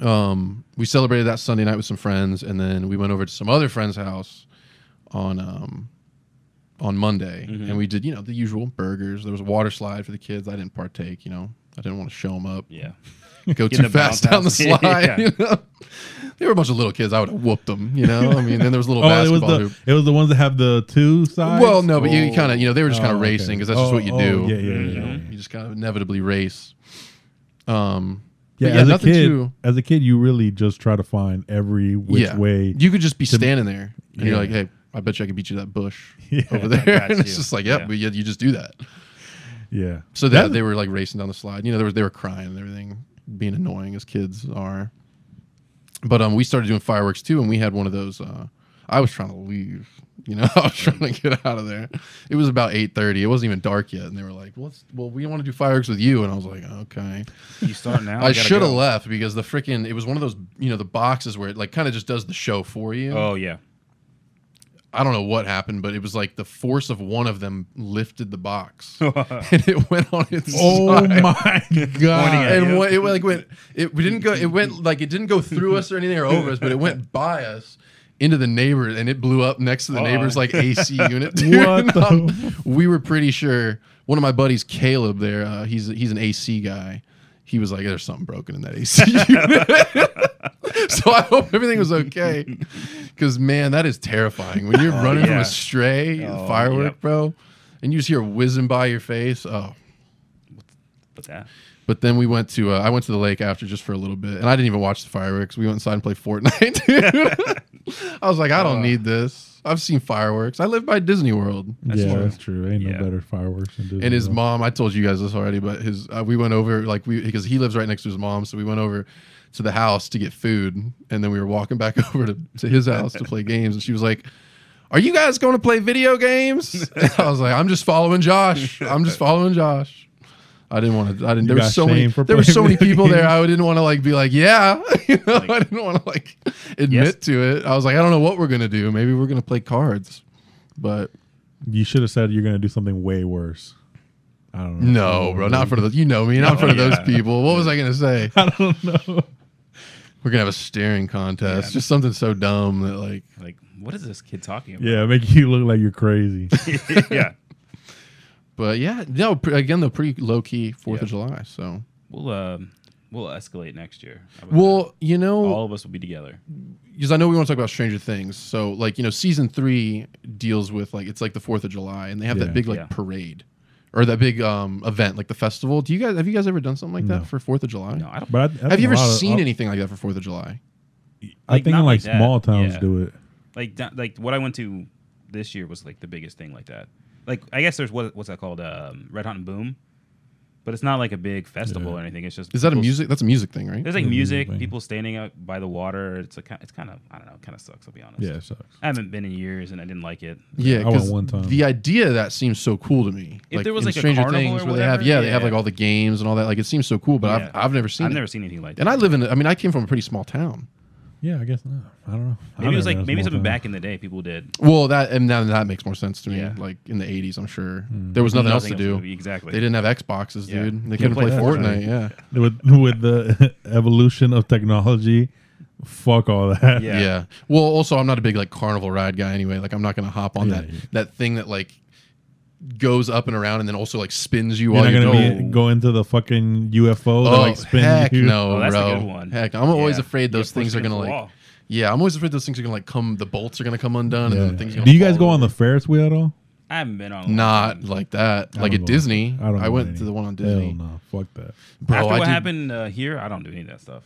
B: um, we celebrated that Sunday night with some friends, and then we went over to some other friend's house on um, on Monday,
C: Mm-hmm.
B: and we did you know the usual burgers. There was a water slide for the kids. I didn't partake. You know, I didn't want to show them up.
C: Yeah.
B: Go
C: Get
B: too
C: the bounce
B: fast down the
C: house. (laughs) Yeah.
B: slide. (laughs) you know? They were a bunch of little kids. I would have whooped them. You know, I mean, then there was a
C: (laughs)
B: little
A: Oh, it was
B: basketball
A: the
B: hoop.
A: it was the ones that have the two sides.
B: Well, no, but you
C: Oh.
B: kind of, you know, they were just kind
A: Oh,
B: of
A: okay.
B: racing because that's just
A: Oh,
B: what you
A: oh,
B: do.
A: yeah, yeah,
B: You,
A: yeah.
B: know, you just kind of inevitably race. Um,
A: yeah,
B: but yeah,
A: as a
B: nothing
A: kid,
B: too-
A: as a kid, you really just try to find every which
B: yeah.
A: way.
B: You could just be standing there and you're
A: Yeah.
B: like, hey, I bet you I could beat you to that bush
A: (laughs) Yeah.
B: over there. (laughs)
C: Got
B: and it's
C: you.
B: just like, yep,
C: Yeah.
B: but yet you just do that.
A: (laughs) Yeah.
B: So that
A: That's-
B: they were like racing down the slide. You know, there was they were crying and everything, being annoying as kids are. But um, we started doing fireworks too, and we had one of those. Uh, I was trying to leave. You know, (laughs) I was trying to get out of there. It was about eight thirty. It wasn't even dark yet, and they were like, "Well, let's, well, we want to do fireworks with you." And I was like, "Okay."
C: You
B: (laughs)
C: start now.
B: I
C: gotta
B: should have
C: go.
B: left because the freaking it was one of those you know the boxes where it like kind of just does the show for you.
C: Oh yeah. (laughs)
B: I don't know what happened, but it was like the force of one of them lifted the
C: (laughs)
B: box (laughs) and it went on its
A: Oh
B: side.
A: my
B: (laughs)
A: god!
C: at
B: and
C: you.
B: what, it like went it we didn't go it went like it didn't go through us or anything or over us but it
C: (laughs)
B: went by us into the neighbor and it blew up next to the
C: Oh.
B: neighbor's like
C: (laughs)
B: AC unit
A: What
B: (laughs)
A: the-
B: I'm- we were pretty sure one of my buddies Caleb there uh, he's he's an AC guy he was like there's something broken in that AC (laughs) unit (laughs) so I hope everything was okay cuz man that is terrifying
C: (laughs)
B: when you're running from
C: Oh, yeah.
B: a stray
C: Oh,
B: firework
C: yep.
B: bro and you just hear whizzing by your face oh
C: But that.
B: but then we went to uh, I went to the lake after just for a little bit, and I didn't even watch the fireworks. We went inside and played Fortnite. (laughs) dude. I was like, I don't need this. I've seen fireworks. I live by Disney World.
A: That's yeah,
C: true.
A: that's true. Ain't
C: Yeah.
A: no better fireworks than Disney
B: And his
A: World.
B: mom, I told you guys this already, but his uh, we went over like we because he lives right next to his mom, so we went over to the house to get food, and then we were walking back (laughs) over to, to his house
A: (laughs)
B: to play games, and she was like. Are you guys going to play video games? (laughs) I was like, I'm just following Josh. I'm just following Josh. I didn't want to. I didn't.
A: You
B: there were
A: got
B: so many.
A: shamed for
B: There were
A: playing
B: so many
A: video
B: people there.
A: games.
B: I didn't want to like be like, yeah. (laughs) You know, I didn't want to like admit to it. I was like, I don't know what we're gonna do. Maybe we're gonna play cards, but
A: You should have said you're gonna do something way worse. I don't know.
B: No, bro, not in front of those. You know me, not in front of those people. What was I gonna say?
A: (laughs) I don't know.
B: We're gonna have a staring contest,
C: Yeah.
B: just something so dumb that like
C: Like, what is this kid talking about?
A: Yeah, make you look like you're crazy.
C: (laughs) Yeah.
B: But yeah, no. Pre- again, though, pretty low key Fourth of
C: Yeah.
B: July. So,
C: We'll um we'll escalate next year. How about
B: well, you
C: that?
B: know,
C: all of us will be together.
B: because I know we want to talk about Stranger Things. So, like, you know, season three deals with like it's like the Fourth of July, and they have
A: Yeah.
B: that big like
C: Yeah.
B: parade or that big um event, like the festival. Do you guys have you guys ever done something like that
A: No.
B: for Fourth of July?
C: No, I don't.
A: But I, I think
B: Have you
A: a
B: ever
A: lot of-
B: seen
A: I-
B: anything like that for Fourth of July?
A: I
C: Like,
A: think
C: not
A: in like
C: like that.
A: small towns
C: Yeah.
A: do it.
C: Like da- like what I went to this year was like the biggest thing like that. Like I guess there's what what's that called? Um, Red Hot and Boom. But it's not like a big festival
A: Yeah.
C: or anything. It's just
B: Is that a
C: people-
B: music? That's a music thing, right?
C: There's like
A: Mhm,
C: music,
A: thing.
C: people standing out by the water. It's a ki- it's kind of I don't know, kind of sucks. I'll be honest.
A: Yeah, it sucks.
C: I haven't been in years and I didn't like it.
B: Yeah,
A: I went
B: 'cause
A: one time.
B: The idea of that seems so cool to me.
C: If there was,
B: in
C: like, a carnival or
B: they have,
C: whatever,
B: yeah, they have
C: yeah.
B: like all the games and all that. Like it seems so cool, but
C: Yeah.
B: I've, I've never seen
C: I've
B: it.
C: never seen anything like that.
B: and I live in. I mean, I came from a pretty small town.
A: Yeah, I guess not. I don't know.
C: maybe it was like maybe something back in the day people did.
B: Well, that and now that makes more sense to me.
C: Yeah.
B: Like in the '80s, I'm sure
A: Hmm.
B: there was nothing, else to do.
C: Exactly.
B: They didn't have Xboxes,
C: Yeah.
B: dude. They
C: You
B: couldn't play
C: couldn't play
B: Fortnite.
A: Fortnite. (laughs)
B: Yeah.
A: with with the (laughs) evolution of technology. Fuck all that.
C: Yeah.
B: yeah, Well, also, I'm not a big like carnival ride guy anyway. Like, I'm not gonna hop on
A: Yeah,
B: that
A: yeah.
B: that thing that like goes up and around and then also like spins
A: (laughs)
B: you
A: You're
B: while
A: not
B: you're
A: gonna
B: going.
A: be go into the fucking UFO that
B: Oh,
A: like spin
B: heck
A: you.
B: no,
C: Oh, that's a
B: bro.
C: good one.
B: Heck, I'm always
C: Yeah.
B: afraid those
C: You're
B: things are
C: pushing
B: gonna
C: the
B: like.
C: wall.
B: Yeah, I'm always afraid those things are gonna like come. The bolts are gonna come undone, and then the things.
A: Do you guys go on the Ferris wheel at all?
C: I haven't been on. a long
B: Not
C: time.
B: like that.
A: I
B: Like
A: don't
B: at
A: go.
B: Disney,
A: I don't.
B: I
A: go
B: went
A: any.
B: to the one on
A: Hell
B: Disney.
A: no, fuck that.
B: Bro,
C: after
B: I
C: what
B: did-
C: happened uh, here, I don't do any of that stuff.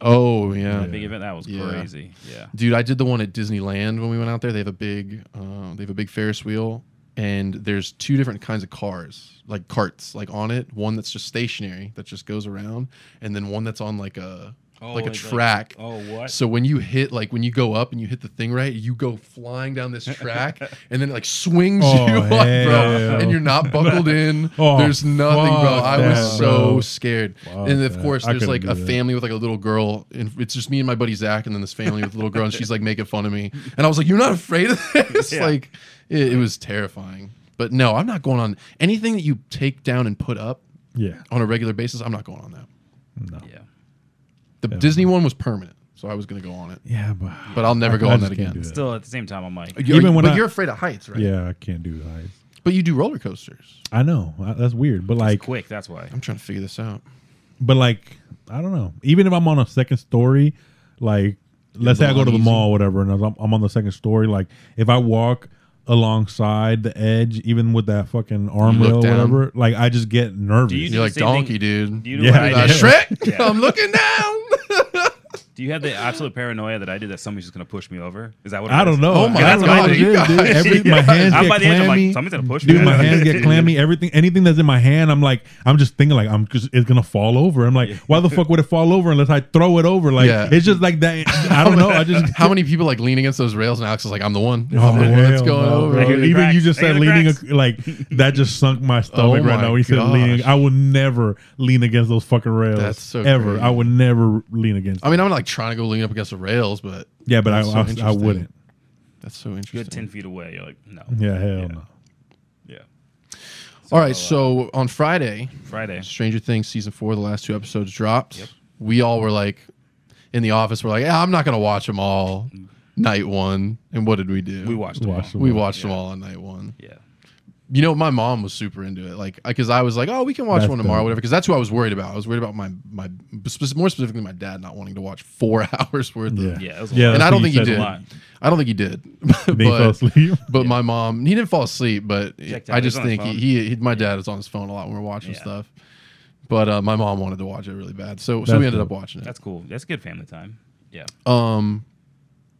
B: Oh yeah.
C: That big event that was
B: Yeah.
C: crazy. Yeah.
B: dude, I did the one at Disneyland when we went out there. They have a big, uh, they have a big Ferris wheel, and there's two different kinds of cars, like carts, like on it. One that's just stationary that just goes around, and then one that's on like a like a track.
C: oh what?
B: So when you hit, like when you go up and you hit the thing right, you go flying down this track, and then it like swings
A: Oh,
B: you, (laughs) like, bro,
A: hell.
B: and you're not buckled in.
A: (laughs) Oh,
B: there's nothing, bro.
A: fuck
B: I
A: that,
B: was so
A: bro.
B: scared.
A: Fuck
B: and of
A: that.
B: course,
A: I
B: there's like
A: couldn't
B: a
A: do that.
B: family with like a little girl, and it's just me and my buddy Zach, and then this family with a little girl, and she's like making fun of me, and I was like, "You're not afraid of (laughs) this?"
C: Yeah.
B: Like, it, it was terrifying. But no, I'm not going on anything that you take down and put up
A: Yeah,
B: on a regular basis. I'm not going on that.
A: no.
C: yeah.
B: The Disney one was permanent, so so I was gonna go on it,
A: Yeah, but
B: but I'll never go
A: I
B: on
A: just
B: that
A: can't do
B: again.
A: that.
C: Still, at the same time, I'm like,
B: You-
A: Even when
B: but
A: I-
B: you're afraid of heights, right?
A: yeah, I can't do the heights.
B: But you do roller coasters.
A: I know I- that's weird, but like,
C: quick. That's why.
B: I'm trying to figure this out.
A: but like, I don't know. Even if I'm on a second story, like, let's say I go to the
B: uneasy.
A: mall, or whatever, and I'm, I'm on the second story. Like, if I walk alongside the edge, even with that fucking arm
B: look
A: rail,
B: down.
A: whatever, like, I just get nervous.
C: Do you do
B: You're like
C: the same thing-
B: donkey, dude.
C: Do you do
A: Yeah,
C: what I
A: I
B: Like,
A: do.
C: did?
A: (laughs)
B: Shrek,
C: Yeah.
B: I'm looking down. (laughs)
C: Do you have the absolute paranoia that I did that somebody's just gonna push me over? Is that what? it
A: I
C: is?
A: don't
C: (laughs)
A: know.
B: Oh my
A: I don't know
B: God,
A: what it
B: (laughs) you
A: is,
B: guys.
A: dude. Every- my hands
C: I'm
A: get
C: by the edge. I'm
A: clammy.
C: like, somebody's gonna push me.
A: Dude, my hands get
C: clammy.
A: clammy. Everything, anything that's in my hand, I'm like, I'm just thinking like, I'm just, it's gonna fall over. I'm like, why the fuck would it fall over unless I throw it over? Like,
B: Yeah.
A: it's just like that. I don't know. I just
B: (laughs) How many people like lean against those rails? And Alex is like, I'm the one.
A: Oh,
B: I'm the one that's
A: hell
B: going
A: no,
B: over.
A: bro.
C: I hear the
A: Even you
C: cracks.
A: just
C: I hear
A: said
C: the
A: leaning
C: cracks.
A: ac- like that just sunk
B: (laughs)
A: my stomach right
B: Oh my
A: now. We said
B: gosh.
A: leaning. I will never lean against those fucking rails.
B: That's so
A: ever.
B: crazy.
A: I would never lean against.
B: I mean, I'm like trying to go lean up against the rails, but
A: yeah, but I,
B: that's so
A: I, I
B: interesting.
A: wouldn't.
B: That's so
C: (laughs) Good
B: interesting.
C: ten feet away. You're like, no.
A: Yeah, hell
C: Yeah.
A: no.
C: Yeah.
B: All right, so
C: So,
B: on Friday,
C: Friday.
B: Stranger Things season four, the last two episodes dropped.
C: Yep.
B: We all were like, in the office, we're like, yeah, I'm not gonna watch them all night one. And what did we do?
C: Mm. We watched.
A: Watched
C: Watched.
A: them.
B: We watched them
C: Yeah.
B: all on night one.
C: Yeah.
B: You know, my mom was super into it, like, because I was like, oh, we can watch
A: That's
B: one tomorrow,
A: dope.
B: whatever. Because that's who I was worried about. I was worried about my my spe- more specifically my dad not wanting to watch four (laughs) hours worth
A: Yeah,
B: of.
C: Yeah, it was a
A: yeah.
C: lot.
B: And
A: that's
B: I don't
A: what
B: think he
A: said
B: did.
A: a lot.
C: lot.
B: I don't think he did. (laughs)
A: Then he fell
B: but
A: asleep. (laughs)
B: but my mom, he didn't fall asleep, but
C: Checked out.
B: I
C: He was
B: just
C: on his
B: think he,
C: phone.
B: he, he- my dad is on his phone a lot when we're watching
C: Yeah.
B: stuff. But uh, my mom wanted to watch it really bad, so so
A: That's
B: we ended
A: cool.
B: up watching it.
C: That's cool. That's good family time. Yeah.
A: Oh.
B: um,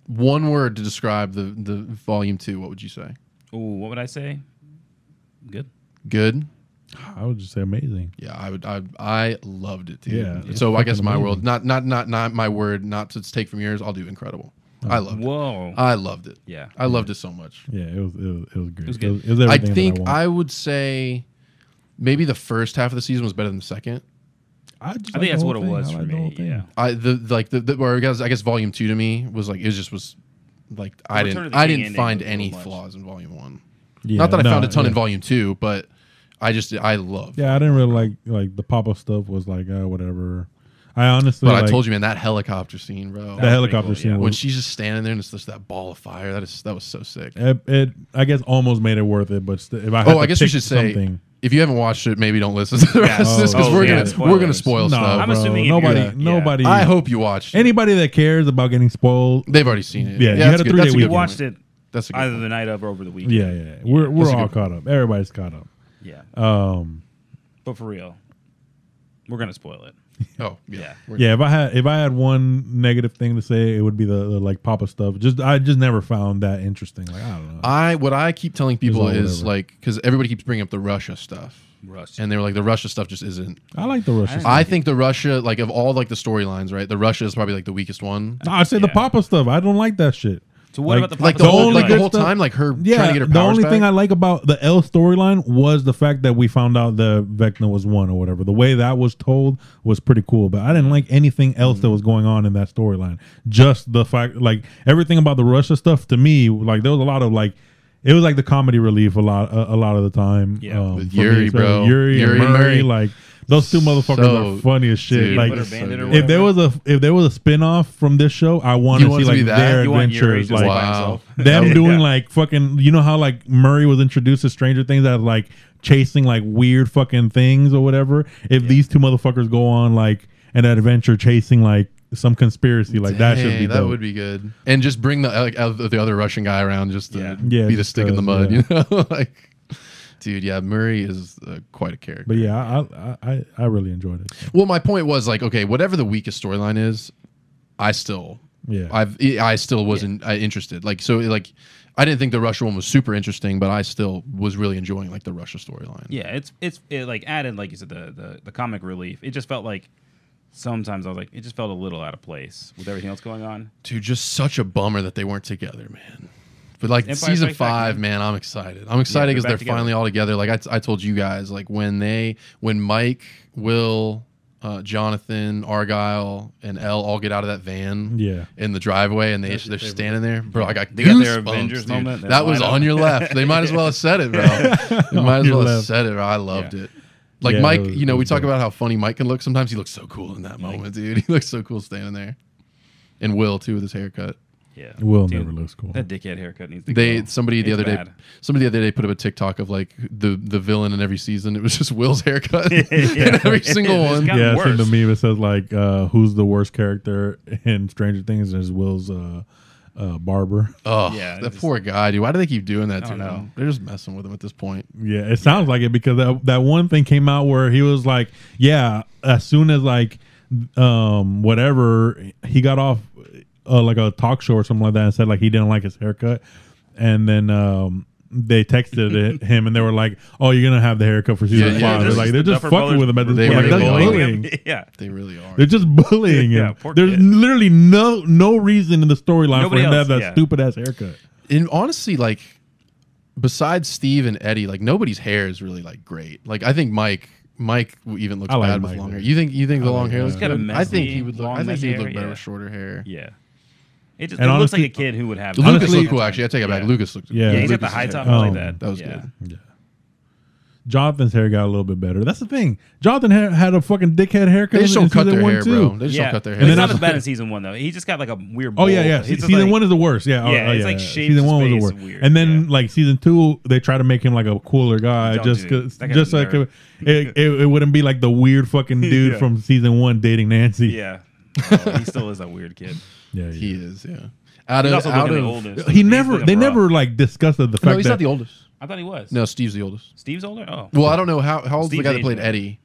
B: one word to describe the the volume two. What would you say?
C: Ooh, what would I say? Good.
B: Good.
A: I would just say amazing.
B: Yeah, I would. I I loved it. Dude.
A: Yeah, it's
B: So I guess
A: fucking
B: my
A: amazing.
B: world, not not not not my word, not to take from yours. I'll do incredible.
A: Oh.
B: I loved. It.
A: Uh,
C: Whoa.
B: I loved it.
C: yeah.
B: I loved it so much.
A: Yeah, it was it was, it was great. It
C: was
A: was,
C: good.
A: it was
B: I
A: everything
B: think
A: that I,
B: I,
A: wanted.
B: would say maybe the first half of the season was better than the second.
A: I, just
C: I
A: liked
C: think that's
A: the
C: what
A: whole
C: it
A: thing.
C: was
A: I
C: for
A: liked the whole
C: me.
A: thing.
C: Yeah.
B: I the like the, the or I guess I guess volume two to me was like it just was like I
C: Return
B: didn't
C: of the
B: I
C: King
B: didn't
C: ending
B: find
C: was a
B: any
C: little much.
B: flaws in volume one.
A: Yeah,
B: Not that I
A: no,
B: found a ton
A: yeah.
B: in volume two, but I just I love.
A: Yeah, I didn't really like like the pop up stuff was like uh, whatever. I honestly,
B: But
A: like,
B: I told you, man, that helicopter scene, bro.
A: the
C: That was pretty
A: helicopter
C: cool,
A: scene
C: yeah.
B: when
A: was
B: she's just standing there and it's just that ball of fire. That is that was so sick.
A: It, it, I guess, almost made it worth it. But st- if I, had
B: Oh, I
A: to
B: guess we
A: pick
B: should say
A: something,
B: if you haven't watched it, maybe don't listen (laughs) to the rest of this because
A: Oh,
B: we're
A: yeah,
B: gonna we're gonna
C: spoilers.
B: spoil
A: no, I'm
B: stuff.
C: I'm
A: bro, assuming
C: assuming if
A: nobody,
C: you're- yeah.
A: nobody,
B: I hope you watched. It.
A: anybody that cares about getting spoiled.
B: They've already seen it.
A: Yeah, you had
B: that's
A: a
B: good.
A: three-day
B: That's
A: week.
B: a
C: We
B: good
C: watched
B: point.
C: it
B: That's a good
C: either
B: point.
C: the night of or over the weekend.
A: Yeah, yeah, yeah. we're we're
B: That's a
A: all
B: good-
A: caught up. Everybody's caught up.
C: Yeah.
A: Um,
C: But for real, we're gonna spoil it.
B: Oh yeah.
C: Yeah.
B: We're-
A: yeah. If I had if I had one negative thing to say, it would be the, the like pop up stuff. Just I just never found that interesting. Like I don't know.
B: I what I keep telling people
A: all
B: is
A: whatever.
B: like because everybody keeps bringing up the Russia stuff,
C: Rust.
B: and they were like the Russia stuff just isn't.
A: I like the Russian.
C: I-
A: stuff.
B: I think the Russia like of all like the storylines, right? The Russia is probably like the weakest one.
A: No, I say the
C: Yeah.
A: pop up stuff. I don't like that shit.
C: so what
A: like-
C: about the
B: Like
C: Papa
B: the,
A: Uh, The
B: whole
A: only
B: like the
A: good
B: whole
A: stuff-
B: time, like her
A: Yeah,
B: trying to get her powers
A: the only
B: back.
A: thing I like about the L storyline was the fact that we found out the Vecna was one or whatever. The way that was told was pretty cool, but I didn't like anything else
B: Mm.
A: that was going on in that storyline. Just the fact, like everything about the Russia stuff to me, like there was a lot of like. It was like the comedy relief a lot, a, a lot of the time. um,
C: Yeah.
B: With
A: for me,
B: Yuri,
A: so
B: bro.
A: Yuri,
B: Yuri
A: and Murray,
B: Murray.
A: like those two motherfuckers
B: So-
A: are funny as shit.
B: Dude,
A: like
C: Butter
B: so
C: Bandit or
B: good.
C: whatever.
A: if there was a if there was a spin off from this show, I want
B: You
A: to
B: want
A: see
B: to be
A: like
B: that?
A: their
C: you want Yuri
A: adventures.
C: just
A: Like
B: Wow.
C: by himself?
A: (laughs) them
C: Yeah.
A: doing like fucking you know how like Murray was introduced to Stranger Things as like chasing like weird fucking things or whatever. If these two motherfuckers go on like an adventure chasing like some conspiracy, like that should
B: Dang,
A: be
B: that
A: dope.
B: would be good. And just bring the like, uh, the other Russian guy around just to
C: Yeah.
A: Yeah,
B: be the
A: just
B: stick in
A: does,
B: the mud,
A: yeah.
B: you know? (laughs) like, dude, yeah, Murray is uh, quite a character.
A: but yeah, I- I, I I really enjoyed it.
B: Well, my point was like, okay, whatever the weakest storyline is, I still,
A: Yeah.
B: I've, I I still wasn't uh interested. Like, so like, I didn't think the Russia one was super interesting, but I still was really enjoying like the Russia storyline.
C: Yeah, it's it's it like added like you said the, the the comic relief. It just felt like sometimes I was like it just felt a little out of place with everything else going on.
B: Dude, just such a bummer that they weren't together, man. But like
C: Empire
B: season
C: Strikes Back,
B: five, man, I'm excited. I'm excited
C: they're
B: because
C: back
B: they're,
C: together.
B: finally all together. Like I, t- I told you guys, like when they, when Mike, Will, uh, Jonathan, Argyle, and L all get out of that van,
A: Yeah.
B: in the driveway and they, they're standing there. Bro, I got
C: They got their
B: goosebumps,
C: Avengers
B: dude.
C: moment, that
B: That was
C: lineup.
B: on your left. They might
C: (laughs)
B: as well have said it, bro.
A: (laughs)
B: They might as
A: your
B: well have
A: left.
B: said it. Bro. I loved it. Like
A: Yeah,
B: Mike,
A: it was-
B: you know,
A: it
B: we
A: was
B: talk
A: dope.
B: (laughs) about how funny Mike can look. Sometimes he looks so cool in that moment, dude. He looks so cool standing there. and Will too with his haircut.
C: Yeah,
A: Will
C: Dude,
A: never looks cool.
C: That dickhead haircut needs to
B: They
C: go. (laughs)
B: somebody the
C: It's
B: other day
C: bad.
B: somebody the other day put up a TikTok of like the the villain in every season. It was just Will's
C: (laughs)
B: haircut in (laughs) every single
C: It's
B: one.
C: got-
A: yeah, I seen the
C: worse.
A: meme. It says like, uh, "Who's the worst character in Stranger Things?" And it's Will's uh, uh, barber.
B: Oh,
C: Yeah,
B: that
C: it's-
B: poor guy, dude. Why do they keep doing that
C: I
B: to him?
C: don't know.
B: They're just messing with him at this point.
A: Yeah, it sounds like it because that, that one thing came out where he was like, "Yeah, as soon as like, um, whatever, he got off uh, like a talk show or something like that and said like he didn't like his haircut, and then um." They texted
C: (laughs)
A: it, him and they were like, "Oh, you're gonna have the haircut for season
B: Yeah, yeah,
A: five."
B: this
A: They're
B: is
A: like,
C: the
A: they're just
C: Duffer
A: fucking
C: Brothers-
A: with him at this
B: They
A: point.
B: were
A: Like, that's
B: bullying
A: bullying.
C: (laughs) yeah.
B: They really are.
A: They're just bullying
C: Yeah,
A: him.
C: poor
A: There's
C: kid.
A: literally no no reason in the storyline for
C: Nobody
A: him to have
C: else,
A: that
C: yeah.
A: stupid ass haircut.
B: and honestly, like besides Steve and Eddie, like nobody's hair is really like great. Like I think Mike, Mike even looks
A: I like
B: bad
A: Mike,
B: with long
A: dude.
B: hair. You think you think the
A: I
B: long
A: like
B: hair
A: that. He's
B: looks good?
A: got a
B: I think
C: messy,
B: he would look.
C: long,
B: I think
C: messy
B: he would look
C: hair,
B: better
C: yeah.
B: with shorter hair.
C: Yeah. It just
A: And
C: it looks like
A: honestly-
C: a kid who would have.
B: Lucas
A: Honestly-
B: looked cool actually. I take it back.
C: Yeah.
B: Lucas looked.
A: Yeah,
C: Yeah, he's got the
B: Lucas's
C: high
B: hair.
C: top like
A: Um,
C: that.
B: that was
C: yeah.
B: good.
A: Jonathan's hair got a little bit better. That's the thing. Jonathan ha- had a fucking dickhead haircut.
B: They just
A: in- in
B: don't cut
A: season
B: their
A: one,
B: hair,
A: too.
B: bro. They just
C: Yeah.
B: don't cut their
C: But
B: hair.
C: it's
A: then
C: not
A: I-
C: as bad as season one though. He just got like a weird.
A: Oh yeah,
C: bowl.
A: yeah.
C: He's
A: Se-
C: just
A: season
C: like-
A: one is the worst. Yeah, oh,
C: Yeah,
A: oh,
C: it's like shaped
A: season one was the
C: space
A: worst.
C: and weird,
A: And then
C: yeah.
A: like season two, they try to make him like a cooler guy,
C: Don't
A: just
C: do it.
A: 'cause-
C: That guy's
A: just
C: a
A: like
C: nerd.
A: it, it, it wouldn't be like the weird
C: (laughs)
A: fucking dude
C: Yeah.
A: from season one dating Nancy.
B: (laughs)
C: Yeah. Oh, he still is a weird kid.
A: yeah.
B: He is. Yeah. Out
C: He's
B: of
C: also
B: out
C: looking the
B: of.
C: oldest.
A: He
C: He's
A: never.
C: looking
A: They
C: rough.
A: never like discussed the fact
B: No, he's
A: that
B: not the oldest.
C: I thought he was.
B: No, Steve's the oldest.
C: Steve's older. Oh.
B: Well, I don't know how how old's the
C: Steve's
B: guy that
C: age,
B: played
C: though.
B: Eddie.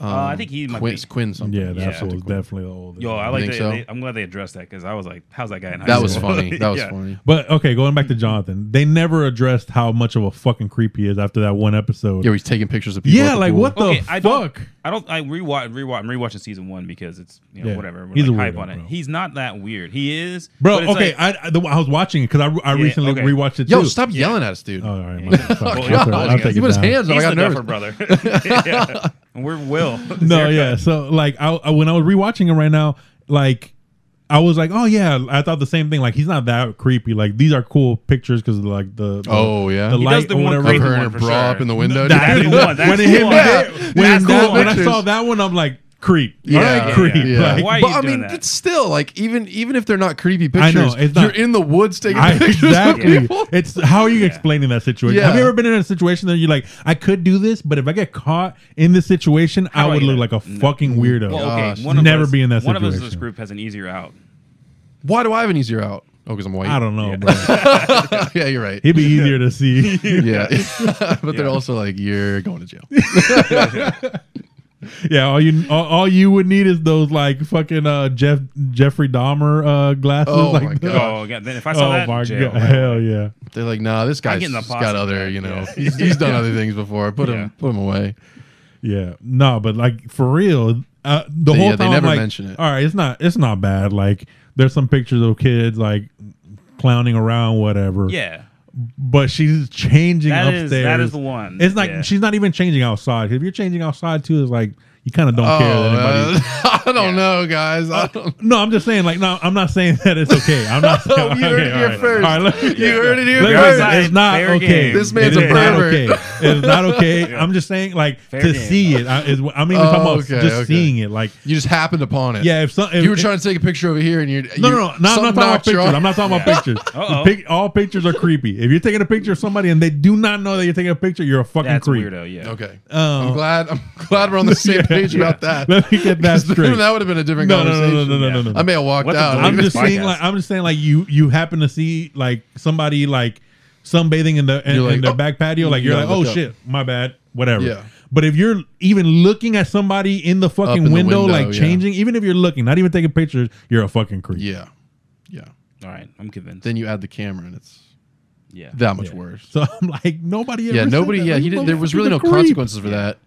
B: Um,
C: Uh, I think he might
B: Quinn,
C: be-
B: Quinn something.
A: Yeah,
C: Yeah.
A: that fool was definitely the oldest.
C: Yo, I like
B: think
C: that.
B: so?
C: they- I'm glad they addressed that because I was like, "How's that guy in high
B: That
C: school?"
B: was funny.
C: (laughs)
B: That was
C: Yeah.
B: funny.
A: But okay, going back to Jonathan, they never addressed how much of a fucking creep he is after that one episode.
B: Yeah,
A: Yeah,
B: where he's taking pictures of people. at the
A: like
B: pool.
A: what the
C: Okay, I don't-
A: fuck?
C: I don't. I rewatch, rewatch. I'm rewatching season one because it's you know
A: Yeah.
C: whatever. We're
A: He's
C: like
A: a
C: hype
A: weirdo,
C: on it.
A: bro.
C: He's not that weird. He is,
A: Bro,
C: but it's
A: okay,
C: like-
A: I, I, the, I was watching it because I, I
C: Yeah,
A: recently
C: okay.
A: rewatched it too.
B: Yo, stop yelling at us, dude.
A: Oh, all right, my
C: Yeah. (laughs)
A: bad. Sorry.
C: Well,
A: I'll throw- I'll
C: yeah.
A: take
B: He
A: it
B: put his
A: down.
B: hands up. I
C: he's
B: got
C: the
B: nervous.
C: Duffer brother.
A: (laughs)
C: (laughs) yeah. And we're Will.
A: No, yeah. So like, I, I- when I was rewatching it right now, like, I was like, oh yeah, I thought the same thing. Like, he's not that creepy. Like, these are cool pictures because like the, the
B: Oh yeah,
A: the
C: He
A: light
C: does the
A: or
C: one
A: whatever.
B: of
C: creepy
B: her
C: one
B: and her
C: for
B: bra
C: sure.
B: up in the window.
A: That-
B: dude.
C: That's the one. That's
A: when it
C: the
A: hit
C: one.
A: that,
B: That's
A: when,
B: the
A: that-
B: one.
A: when I saw that one, I'm like, creep.
B: Yeah.
A: All right,
B: Yeah,
A: creep.
C: yeah, yeah.
A: Like,
C: Why are
B: but
C: you
B: I
C: doing
B: mean,
C: that?
B: it's still like even even if they're not creepy
A: I know,
B: pictures,
A: it's
B: you're
A: not-
B: in the woods taking (laughs)
A: I,
B: pictures
A: exactly.
B: of people.
A: It's how are you explaining that situation?
B: Yeah.
A: Have you ever been in a situation that you're like, I could do this, but if I get caught in this situation, I
C: How do
A: would
C: I
A: look
C: get-
A: like a
C: No.
A: fucking weirdo.
C: Well,
B: Gosh,
C: okay, one of
A: never
C: us,
A: be in that
C: One of us in this
A: situation.
C: group has an easier out.
B: Why do I have an easier out? Oh, because I'm white.
A: I don't know,
C: (laughs)
A: bro.
B: yeah, you're right.
A: It'd be easier to see.
B: Yeah, but they're
C: Yeah.
B: also like you're going to jail.
A: yeah, all you all, all you would need is those like fucking uh, Jeff Jeffrey Dahmer uh, glasses.
B: Oh,
A: like
B: my
A: the- (laughs)
B: God.
C: Oh, God. Then if I saw that, jail.
A: God. hell yeah.
B: They're like, nah, this guy's
C: get in the
B: just
C: posse
B: got other,
C: back,
B: you know,
C: yeah.
B: he's, he's done other things before. Put
C: Yeah.
B: him, put him away.
A: Yeah, no, but like for real, uh, the
B: They-
A: whole
B: yeah, they
A: time I'm
B: never
A: like,
B: mention it.
A: All right, it's not it's not bad. Like there's some pictures of kids like clowning around, whatever.
C: Yeah,
A: but she's changing
C: that
A: upstairs.
C: is that is the one.
A: It's like
C: Yeah.
A: she's not even changing outside. If you're changing outside too, it's like you kind of don't care that anybody.
B: uh, I don't
C: Yeah.
B: know, guys. I don't.
A: no, I'm just saying. Like, no, I'm not saying (laughs) that it's okay. I'm
B: (laughs)
A: not.
B: You
A: saying,
B: heard
A: okay,
B: it
A: all
B: here
A: right.
B: first.
A: All right, let-
B: You heard it here
A: Look,
C: Fair
A: guys,
B: first.
C: game.
A: it's not
C: Fair
A: okay.
C: game. This
B: man's
A: It
B: a
A: is not
B: pervert.
A: okay. It's not
C: (laughs)
A: okay. I'm just saying, like,
C: Fair
A: to
C: game.
A: see it. I, is, I'm even talking
B: Oh,
A: about
B: okay,
A: just
B: okay.
A: seeing it. Like,
B: You just happened upon it.
A: yeah, if some, if,
B: You were
A: if-
B: trying to take a picture over here, and you're
A: No,
B: you-
A: no, no, no. I'm not
B: something
A: talking about
B: knocked your
A: pictures.
B: arm.
A: I'm not talking about pictures.
C: Uh-oh.
A: Pic- all pictures are creepy. If you're taking a picture of somebody and they do not know that you're taking a picture, you're a fucking
C: That's
A: creep.
C: weirdo. Yeah.
B: Okay.
A: Um,
B: I'm glad. I'm (laughs) glad we're
A: (laughs)
B: on the same page about that.
A: Let me get that
B: 'Cause then
A: straight.
B: (laughs) that would have been a different
A: No, no, no,
B: conversation.
A: no, no, no, no, no.
B: I may have walked
C: What the
B: out.
C: fuck?
A: I'm
C: this
A: just saying,
C: podcast.
A: like, I'm just saying, like, you you happen to see like somebody like sunbathing in the in,
B: You're like,
A: in their
B: oh.
A: back patio, like you're
B: Yeah,
A: like,
B: look
A: oh
B: up.
A: shit, my bad, whatever.
B: Yeah.
A: But if you're even looking at somebody in the fucking
B: in the
A: window,
B: window,
A: like
B: yeah.
A: changing, even if you're looking, not even taking pictures, you're a fucking creep.
B: yeah, yeah.
C: All right, I'm convinced.
B: Then you add the camera, and it's
C: Yeah.
B: that much
A: Yeah.
B: worse.
A: So (laughs) I'm like, nobody.
B: yeah,
A: ever said
B: nobody.
A: that.
B: Yeah,
A: Like,
B: he
A: you
B: didn't. There was
A: motherfucker's
B: really no
A: a creep.
B: consequences for that,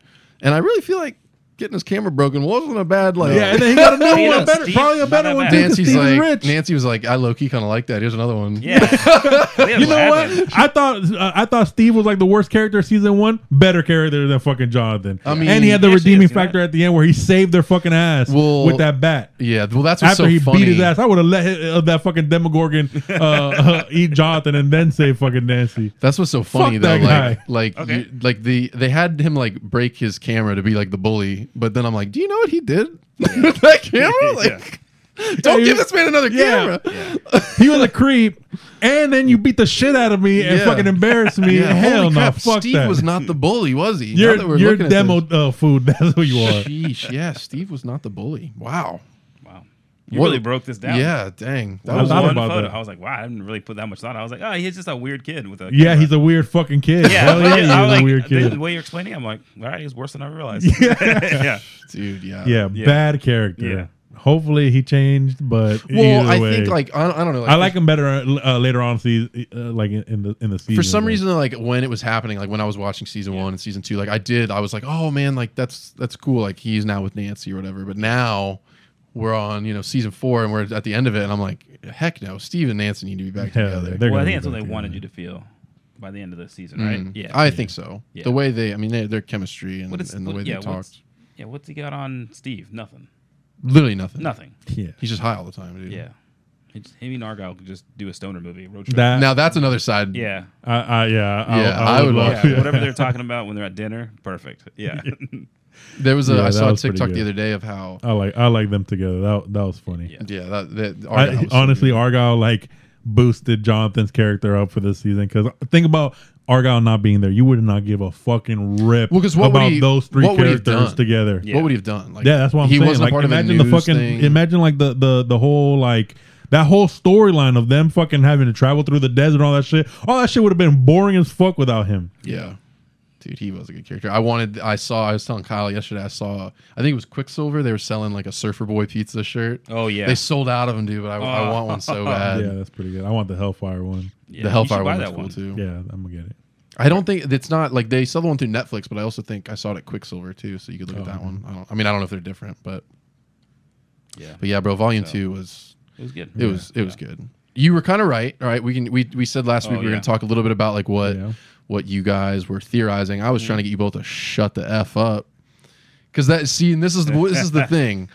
B: and I really feel like getting his camera broken wasn't a bad like.
A: Yeah, (laughs) and then he got another
C: Yeah,
A: one, better,
C: Steve-
A: probably a
C: not
A: better
C: that
A: one
C: bad.
A: too. 'cause
B: Nancy's
A: Steve is
B: like
A: rich.
B: Nancy was like, I low key kind of like that. Here's another one.
C: yeah.
B: (laughs)
C: (laughs)
A: you know what? I thought uh, I thought Steve was like the worst character of season one. Better character than fucking Jonathan.
B: I mean-
A: and he had the
C: He actually
A: redeeming
C: is, you know
A: factor
C: that.
A: at the end where he saved their fucking ass
B: Well,
A: with that bat.
B: Yeah, well, that's what's
A: After
B: so
A: he
B: funny.
A: beat his ass, I would have let his, uh, that fucking Demogorgon uh, uh, eat Jonathan and then save fucking Nancy.
B: That's what's so funny though.
A: that guy.
B: Like, like,
C: Okay.
B: you- like the they had him like break (laughs) his camera to be like the bully, but then I'm like, do you know what he did? with that camera, like, (laughs)
A: Yeah,
B: Don't give
A: you-
B: this man another
A: Yeah.
B: camera.
A: He was a creep, and then you beat the shit out of me and
B: Yeah.
A: fucking embarrassed me.
B: Yeah,
A: Hell
B: holy
A: no,
B: crap,
A: fuck
B: Steve
A: that.
B: was not the bully, was he? Now
A: you're
B: that we're
A: you're
B: looking at
A: demo
B: this.
A: uh, food. (laughs) That's who you are.
B: Sheesh, yeah, Steve was not the bully. Wow.
C: Wow. You
B: What-
C: really broke this down.
B: Yeah, dang. That
A: I
C: That
B: was
A: thought
C: one
A: about
C: photo.
A: that.
C: I was like, wow, I didn't really put that much thought. I was like, oh, he's just a weird kid with a.
A: Yeah,
C: camera.
A: he's a weird fucking kid.
C: Yeah,
A: Hell yeah,
C: (laughs) I
A: he's
C: was
A: a
C: like,
A: weird
C: the-
A: kid.
C: The way you're explaining, it, I'm like, all right, he's worse than
A: (laughs)
C: I realized. (laughs)
A: Yeah.
C: yeah.
B: dude, yeah.
A: yeah,
C: Yeah.
A: bad character. Hopefully he changed, but
B: Well,
A: either
B: I
A: way,
B: think like I, I don't know.
A: I like him better uh, later on, see, uh, like in- in the in the season.
B: for some
A: like-
B: reason like when it was happening like when i was watching season one and season two like i did i was like oh man like that's that's cool like he's now with nancy or whatever but now we're on you know season four and we're at the end of it and i'm like heck no steve and nancy need to be back
A: Hell,
B: together
A: they're
C: Well, I
A: gonna
C: think
A: be
C: that's what they
A: back together.
C: wanted you to feel by the end of the season, right?
B: Mm.
C: Yeah.
B: i think so
C: Yeah.
B: the way they i mean they, their chemistry and,
C: What is-
B: and the
C: what-
B: way
C: yeah,
B: they
C: what's-
B: talked
C: yeah. What's he got on Steve? Nothing.
B: literally nothing
C: Nothing.
A: Yeah.
B: he's just high all the time dude
C: Yeah. It's, him and Argyle could just do a stoner movie, a road trip.
A: That,
B: now that's another side
C: yeah.
A: I, I, yeah, I,
B: Yeah,
A: I,
B: I
A: would
B: would
A: love
B: watch
C: Yeah,
A: to-
C: whatever
B: (laughs)
C: they're talking about when they're at dinner, perfect. Yeah,
B: there was a I
A: Yeah, that
B: saw a
A: was pretty
B: tiktok
A: good.
B: the other day of how
A: (laughs) I like, I like them together. That that was funny.
C: Yeah.
B: yeah that, that
A: I-
B: Argyle was so
A: honestly,
B: good.
A: Argyle like boosted Jonathan's character up for this season because think about Argyle not being there, you would not give a fucking rip
B: Well, 'cause what would
A: about
B: he-
A: those three
B: what would he have
A: characters
B: done?
A: together.
C: Yeah.
B: what would he have done like
A: Yeah, that's what I'm
B: he
A: saying.
B: wasn't
A: like,
B: a part of a
A: imagine
B: news
A: the fucking
B: thing.
A: imagine like the the the whole like that whole storyline of them fucking having to travel through the desert and all that shit. All that shit would have been boring as fuck without him.
B: Yeah. Dude, he was a good character. I wanted I saw I was telling Kyle yesterday I saw I think it was Quicksilver, they were selling like a Surfer Boy pizza shirt.
C: Oh yeah,
B: They sold out of them, dude, but I, I want one
C: (laughs)
B: so bad.
A: yeah, that's pretty good. I want the Hellfire one.
C: yeah.
B: The
C: you
B: Hellfire
C: should
B: one
C: buy
B: was
C: that
B: cool
C: one.
B: too.
A: Yeah, I'm gonna get it.
B: I don't think it's not like they sell the one through Netflix, but I also think I saw it at Quicksilver too, so you could look
A: Oh.
B: at that one. I, don't, I mean, I don't know if they're different, but
C: Yeah,
B: but yeah, bro, Volume
C: So-
B: Two was
C: it was good.
B: it was it was good. You were kind of right. All right, we can we we said last
C: Oh,
B: week we were
C: yeah.
B: going to talk a little bit about like what
A: Yeah. Mm.
B: what you guys were theorizing. I was trying to get you both to shut the f up because that see, and this is the, this
A: (laughs)
B: is the thing.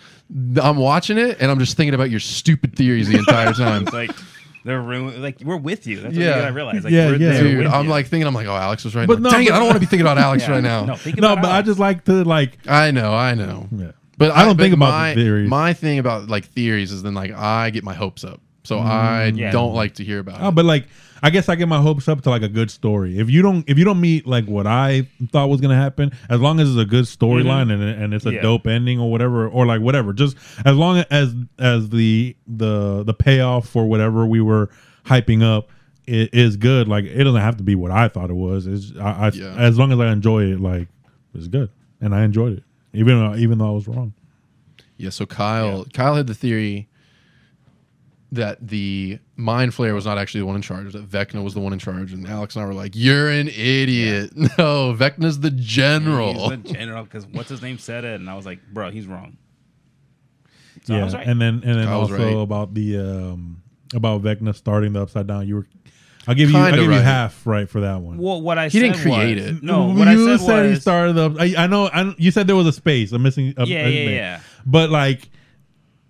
B: I'm watching it and I'm just thinking about your stupid theories the
A: (laughs)
B: entire time.
C: It's like they're ruin- like we're with you. That's
B: Yeah.
C: what you gotta realize. Like,
A: Yeah,
C: we're
A: yeah.
C: there
B: Dude,
C: with
B: I'm
C: you.
B: like thinking, I'm like, oh, Alex was right.
A: But
B: But
A: no,
B: Dang it,
A: but-
B: I don't want to be thinking
A: (laughs)
B: about Alex
C: Yeah.
B: right now.
C: No, think
A: No,
C: about
A: but I
C: Alex.
A: just like to like.
B: I know, I know.
A: Yeah.
B: But
A: I don't
B: but
A: think about the
B: my,
A: theories.
B: My thing about like theories is then like I get my hopes up, so I
C: Yeah.
B: don't like to hear about.
A: Oh,
B: it.
A: but like Mm, I guess I get my hopes up to like a good story. If you don't if you don't meet like what I thought was gonna happen, as long as it's a good storyline
B: Mm-hmm.
A: and and it's a
C: Yeah.
A: dope ending or whatever or like whatever, just as long as as the the the payoff for whatever we were hyping up i- is good, like it doesn't have to be what I thought it was. It's I, I
B: Yeah.
A: as long as I enjoy it, like it's good, and I enjoyed it, even though, even though I was wrong.
B: Yeah, so Kyle Kyle had the theory that the mind flayer was not actually the one in charge, that Vecna was the one in charge, and Alex and I were like, You're an idiot. (laughs) No, Vecna's the
C: He's
B: general.
C: the general because what's his name said it, and I was like, bro, he's wrong. So I
A: Yeah,
C: was right.
A: and then and then
B: I was
A: also
B: right.
A: about the um about Vecna starting the upside down. You were, I'll give you, I'll
B: Kinda
A: give you
B: right.
A: half right for that one.
C: Well, what I
B: He
C: said
B: didn't create
C: was-
B: it.
C: No,
A: You
C: what I said,
A: he
C: was-
A: started the. I, I know. I, you said there was a space. I'm missing. A,
C: Yeah,
A: a
C: yeah,
A: thing.
C: yeah.
A: But like,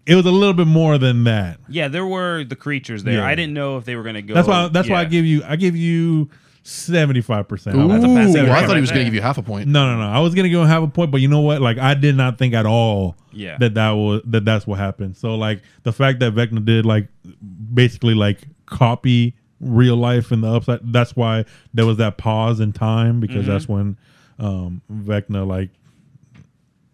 A: it was a little bit more than that.
C: Yeah, there were the creatures there.
A: Yeah.
C: I didn't know if they were gonna go.
A: That's why. That's why I
C: yeah.
A: give you. I give you seventy five percent.
B: Ooh,
C: that's a fast
B: I
C: seven
B: thought
C: right
B: he was gonna
C: there.
B: give you half a point.
A: No, no, no. I was gonna go and have a point, but you know what? Like, I did not think at all
C: Yeah.
A: that that was that that's what happened. So like the fact that Vecna did like basically like copy real life in the upside. That's why there was that pause in time because
C: Mm-hmm.
A: that's when um Vecna like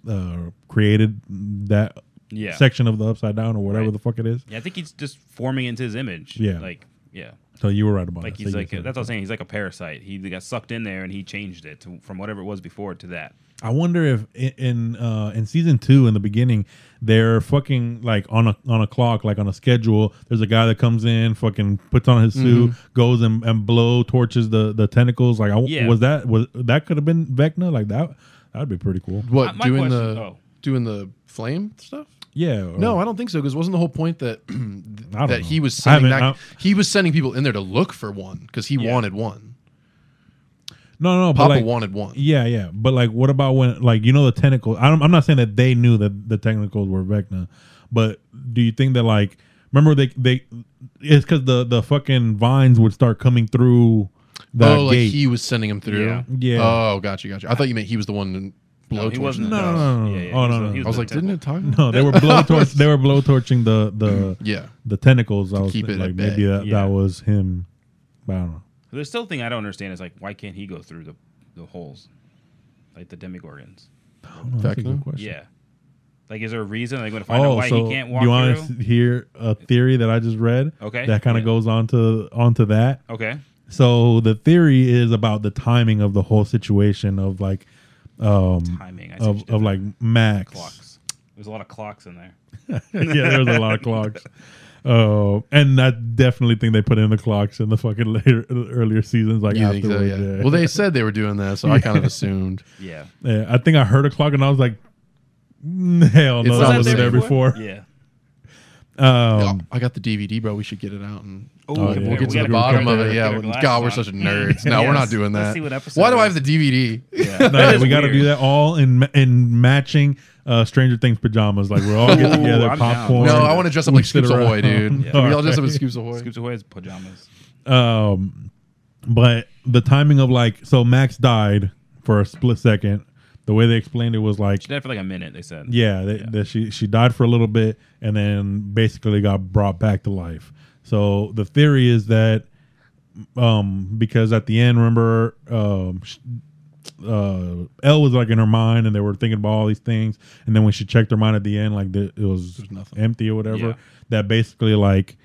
A: uh created that
C: Yeah.
A: section of the upside down or whatever
C: Right.
A: the fuck it is.
C: Yeah, I think he's just forming into his image.
A: Yeah.
C: like yeah,
A: So you were right about
C: like
A: that.
C: he's
A: So you
C: like
A: said
C: that's
A: it.
C: what I'm saying. He's like a parasite. He got sucked in there and he changed it to, from whatever it was before to that.
A: I wonder if in in, uh, in season two in the beginning they're fucking like on a on a clock like on a schedule. There's a guy that comes in, fucking puts on his suit, goes and, and blow torches the the tentacles. Like I,
C: Yeah.
A: was that was that could have been Vecna like that. That'd be pretty cool.
B: What,
C: Uh, my
B: doing
C: question-
B: the
C: oh.
B: doing the flame stuff? Oh.
A: Yeah. or-
B: No, I don't think so. Because wasn't the whole point that (clears throat)
A: don't
B: that he
A: know.
B: was
A: I haven't-
B: sending that,
A: I-
B: he was sending people in there to look for one because he
C: Yeah.
B: wanted one.
A: no, no.
B: Papa
A: but like,
B: wanted one.
A: Yeah, yeah. But like, what about when like you know the tentacles? I don't, I'm not saying that they knew that the tentacles were Vecna, but do you think that like remember they they it's because the the fucking vines would start coming through the
B: oh, like
A: gate.
B: he was sending him through.
C: Yeah.
A: Yeah.
B: Oh, gotcha, gotcha. I thought you meant he was the one
C: No, he
B: blowtorching
C: wasn't.
B: it.
A: No, no, no, no. Oh,
C: Yeah, yeah, he was
A: no,
C: the-
A: no.
C: he
B: I was
C: the
B: like, didn't
C: tentacle.
B: it
A: (laughs)
B: talk?
A: No,
B: (laughs)
A: they were blow torch. they were blow torching the the
B: Yeah,
A: the tentacles. I was
B: keep
A: thinking,
B: it at
A: like
B: bay.
A: maybe that,
C: Yeah.
A: that was him. But I don't know.
C: There's still a thing I don't understand is like why can't he go through the, the holes, like the demigorgons?
A: I don't know. That's a
B: Techno?
A: good question.
C: Yeah, like is there a reason? Like, going to find out
A: Oh,
C: why
A: so
C: he can't
A: do you
C: walk
A: want to
C: through?
A: hear a theory that I just read?
C: Okay.
A: That kind of
C: Yeah.
A: goes on to onto that.
C: Okay,
A: So the theory is about the timing of the whole situation of like um
C: timing. I see what you
A: of,
C: did
A: of
C: there.
A: like Max.
C: clocks. There's a lot of clocks in there.
A: (laughs) yeah, there was a lot of
C: (laughs)
A: clocks. Oh, and I definitely think they put in the clocks in the fucking (laughs) later earlier seasons, like
B: you think so?
A: afterwards.
B: Yeah.
A: yeah.
B: Well, they said they were doing that, so I kind of
C: (laughs)
B: assumed.
C: Yeah,
A: Yeah, I think I heard a clock and I was like, "Mm, hell
B: It's
A: no,
B: not
A: that wasn't
B: there
A: there before. (laughs)
C: yeah.
A: Um,
B: I got the DVD, bro. We should get it out and uh,
A: Oh, yeah.
B: we'll
A: we
B: get to
A: gotta
B: the
A: go
B: bottom
A: get
B: of
A: our-
B: it. Yeah.
C: our
B: well,
C: glasses
B: God, we're
C: on.
B: such nerds. No, we're
C: (laughs) Yes.
B: not doing that.
C: Let's see what episode
B: Why do
C: it
B: I
C: is.
B: have the DVD?
C: (laughs) Yeah.
A: no,
C: That
A: yeah,
C: is
A: we got to
C: weird.
A: do that all in ma- in matching uh, Stranger Things pajamas. Like we're all get
C: Ooh,
A: together,
C: I'm down.
A: popcorn.
B: No, I want to dress up like
A: sit
B: Scoops Ahoy,
A: around.
C: (laughs)
B: dude.
A: Yeah.
B: Can we all
A: Alright.
B: dress up as Scoops Ahoy?
C: Scoops away his pajamas.
A: Um, but the timing of like, so Max died for a split second. The way they explained it was like,
C: She died for like a minute. They said.
A: yeah, they,
C: Yeah.
A: That she she died for a little bit and then basically got brought back to life. So the theory is that um because at the end remember um sh- uh L was like in her mind and they were thinking about all these things and then when she checked her mind at the end like the, it was
B: There's nothing.
A: empty or whatever
C: Yeah.
A: that basically like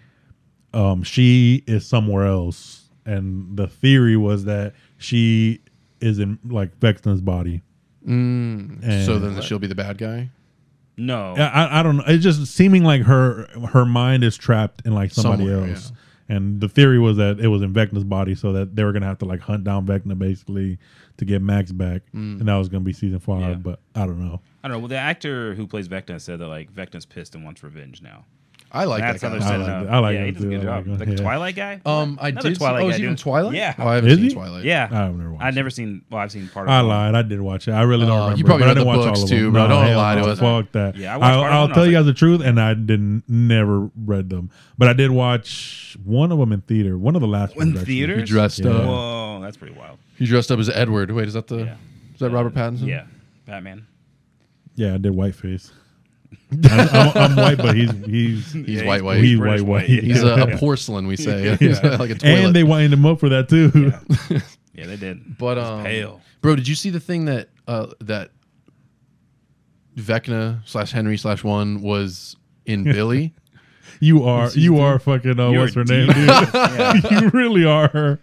A: um she is somewhere else and the theory was that she is in like Vexton's body
B: Mm,
A: And-
B: so then she'll be the bad guy.
C: No.
A: Yeah, I, I don't know. It's just seeming like her her mind is trapped in like somebody
B: Somewhere,
A: else. And the theory was that it was in Vecna's body, so that they were gonna have to like hunt down Vecna basically to get Max back,
B: Mm.
A: and that was gonna be season five.
C: Yeah.
A: But I don't know.
C: I don't know. Well, the actor who plays Vecna said that like Vecna's pissed and wants revenge now.
B: I like
C: That's
B: that
C: how
B: guy.
C: they're setting
A: like
C: up.
A: it. I like
C: yeah, he
A: it
C: does a
A: too.
C: good
A: I
C: job.
A: like it.
C: The
A: Yeah.
C: Twilight guy.
B: Um, I
C: Another
B: did. see-
C: Twilight
B: oh,
C: guy,
B: is he
C: dude.
B: in Twilight?
C: Yeah.
B: Oh, I haven't
A: Is
B: seen
A: he?
B: Twilight.
C: yeah.
A: I've never watched
C: I've never seen. Well, I've seen part of.
A: I
C: it.
A: lied. I did watch it. I really don't
B: Uh,
A: remember.
B: you probably
A: but I
B: read the
A: didn't watch
B: books
A: all of
B: too,
A: them.
B: bro.
A: No,
B: Don't
A: hell
B: lie to
A: no,
B: us.
A: Fuck that.
C: Yeah,
A: Yeah,
C: I
A: I
C: watched part of
A: I'll
C: them, I
A: tell
C: was
A: you
C: like-
A: guys the truth, and I didn't never read them, but I did watch one of them in theater. One of the last
C: In
A: ones, actually.
C: theaters.
B: He dressed
A: Yeah.
B: up.
C: Whoa, that's pretty wild.
B: He dressed up as Edward. Wait, is that the?
C: Yeah.
B: Is that Robert Pattinson?
C: Yeah, Batman.
A: Yeah, I did
B: (laughs)
A: whiteface. I'm, I'm, I'm white, but he's he's
B: He's
C: Yeah,
B: white, white.
A: he's
C: British
A: white, white.
C: white.
B: He's
C: (laughs)
B: a, a porcelain, we say. (laughs) He's uh, like a toilet.
A: and they wind him up for that too.
C: Yeah, they did.
B: but
C: He's
B: um, (laughs)
C: pale.
B: bro, did you see the thing that uh, that Vecna slash Henry slash one was
C: (laughs)
B: in Billy?
A: (laughs) You are you are fucking uh,
C: You're
A: what's her
C: a
A: name?
C: demon.
A: Dude? (laughs)
B: (laughs)
A: you really are her.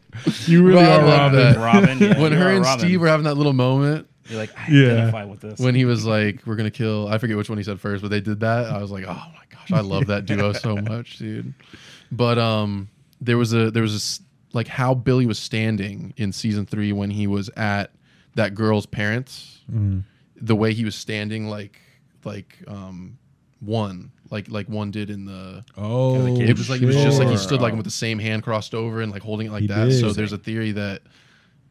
A: You really
B: Bro, I
A: are
B: love
A: Robin.
B: that.
C: Robin. Yeah,
B: when
C: you
B: her
C: are
B: and
C: Robin.
B: Steve were having that little moment
C: you're like, I
A: Yeah.
C: identify with this.
B: when he was like, "We're gonna kill," I forget which one he said first, but they did that. I was like, "Oh my gosh, I love that
A: (laughs)
B: duo so much, dude." But um, there was a there was a s- like how Billy was standing in season three when he was at that girl's parents.
A: Mm.
B: The way he was standing, like like um, one like like one did in the.
A: Oh,
C: kid.
B: It was like it was just like he
C: Sure.
B: stood like with the same hand crossed over and like holding it like
A: He
B: that.
A: did.
B: So there's a theory that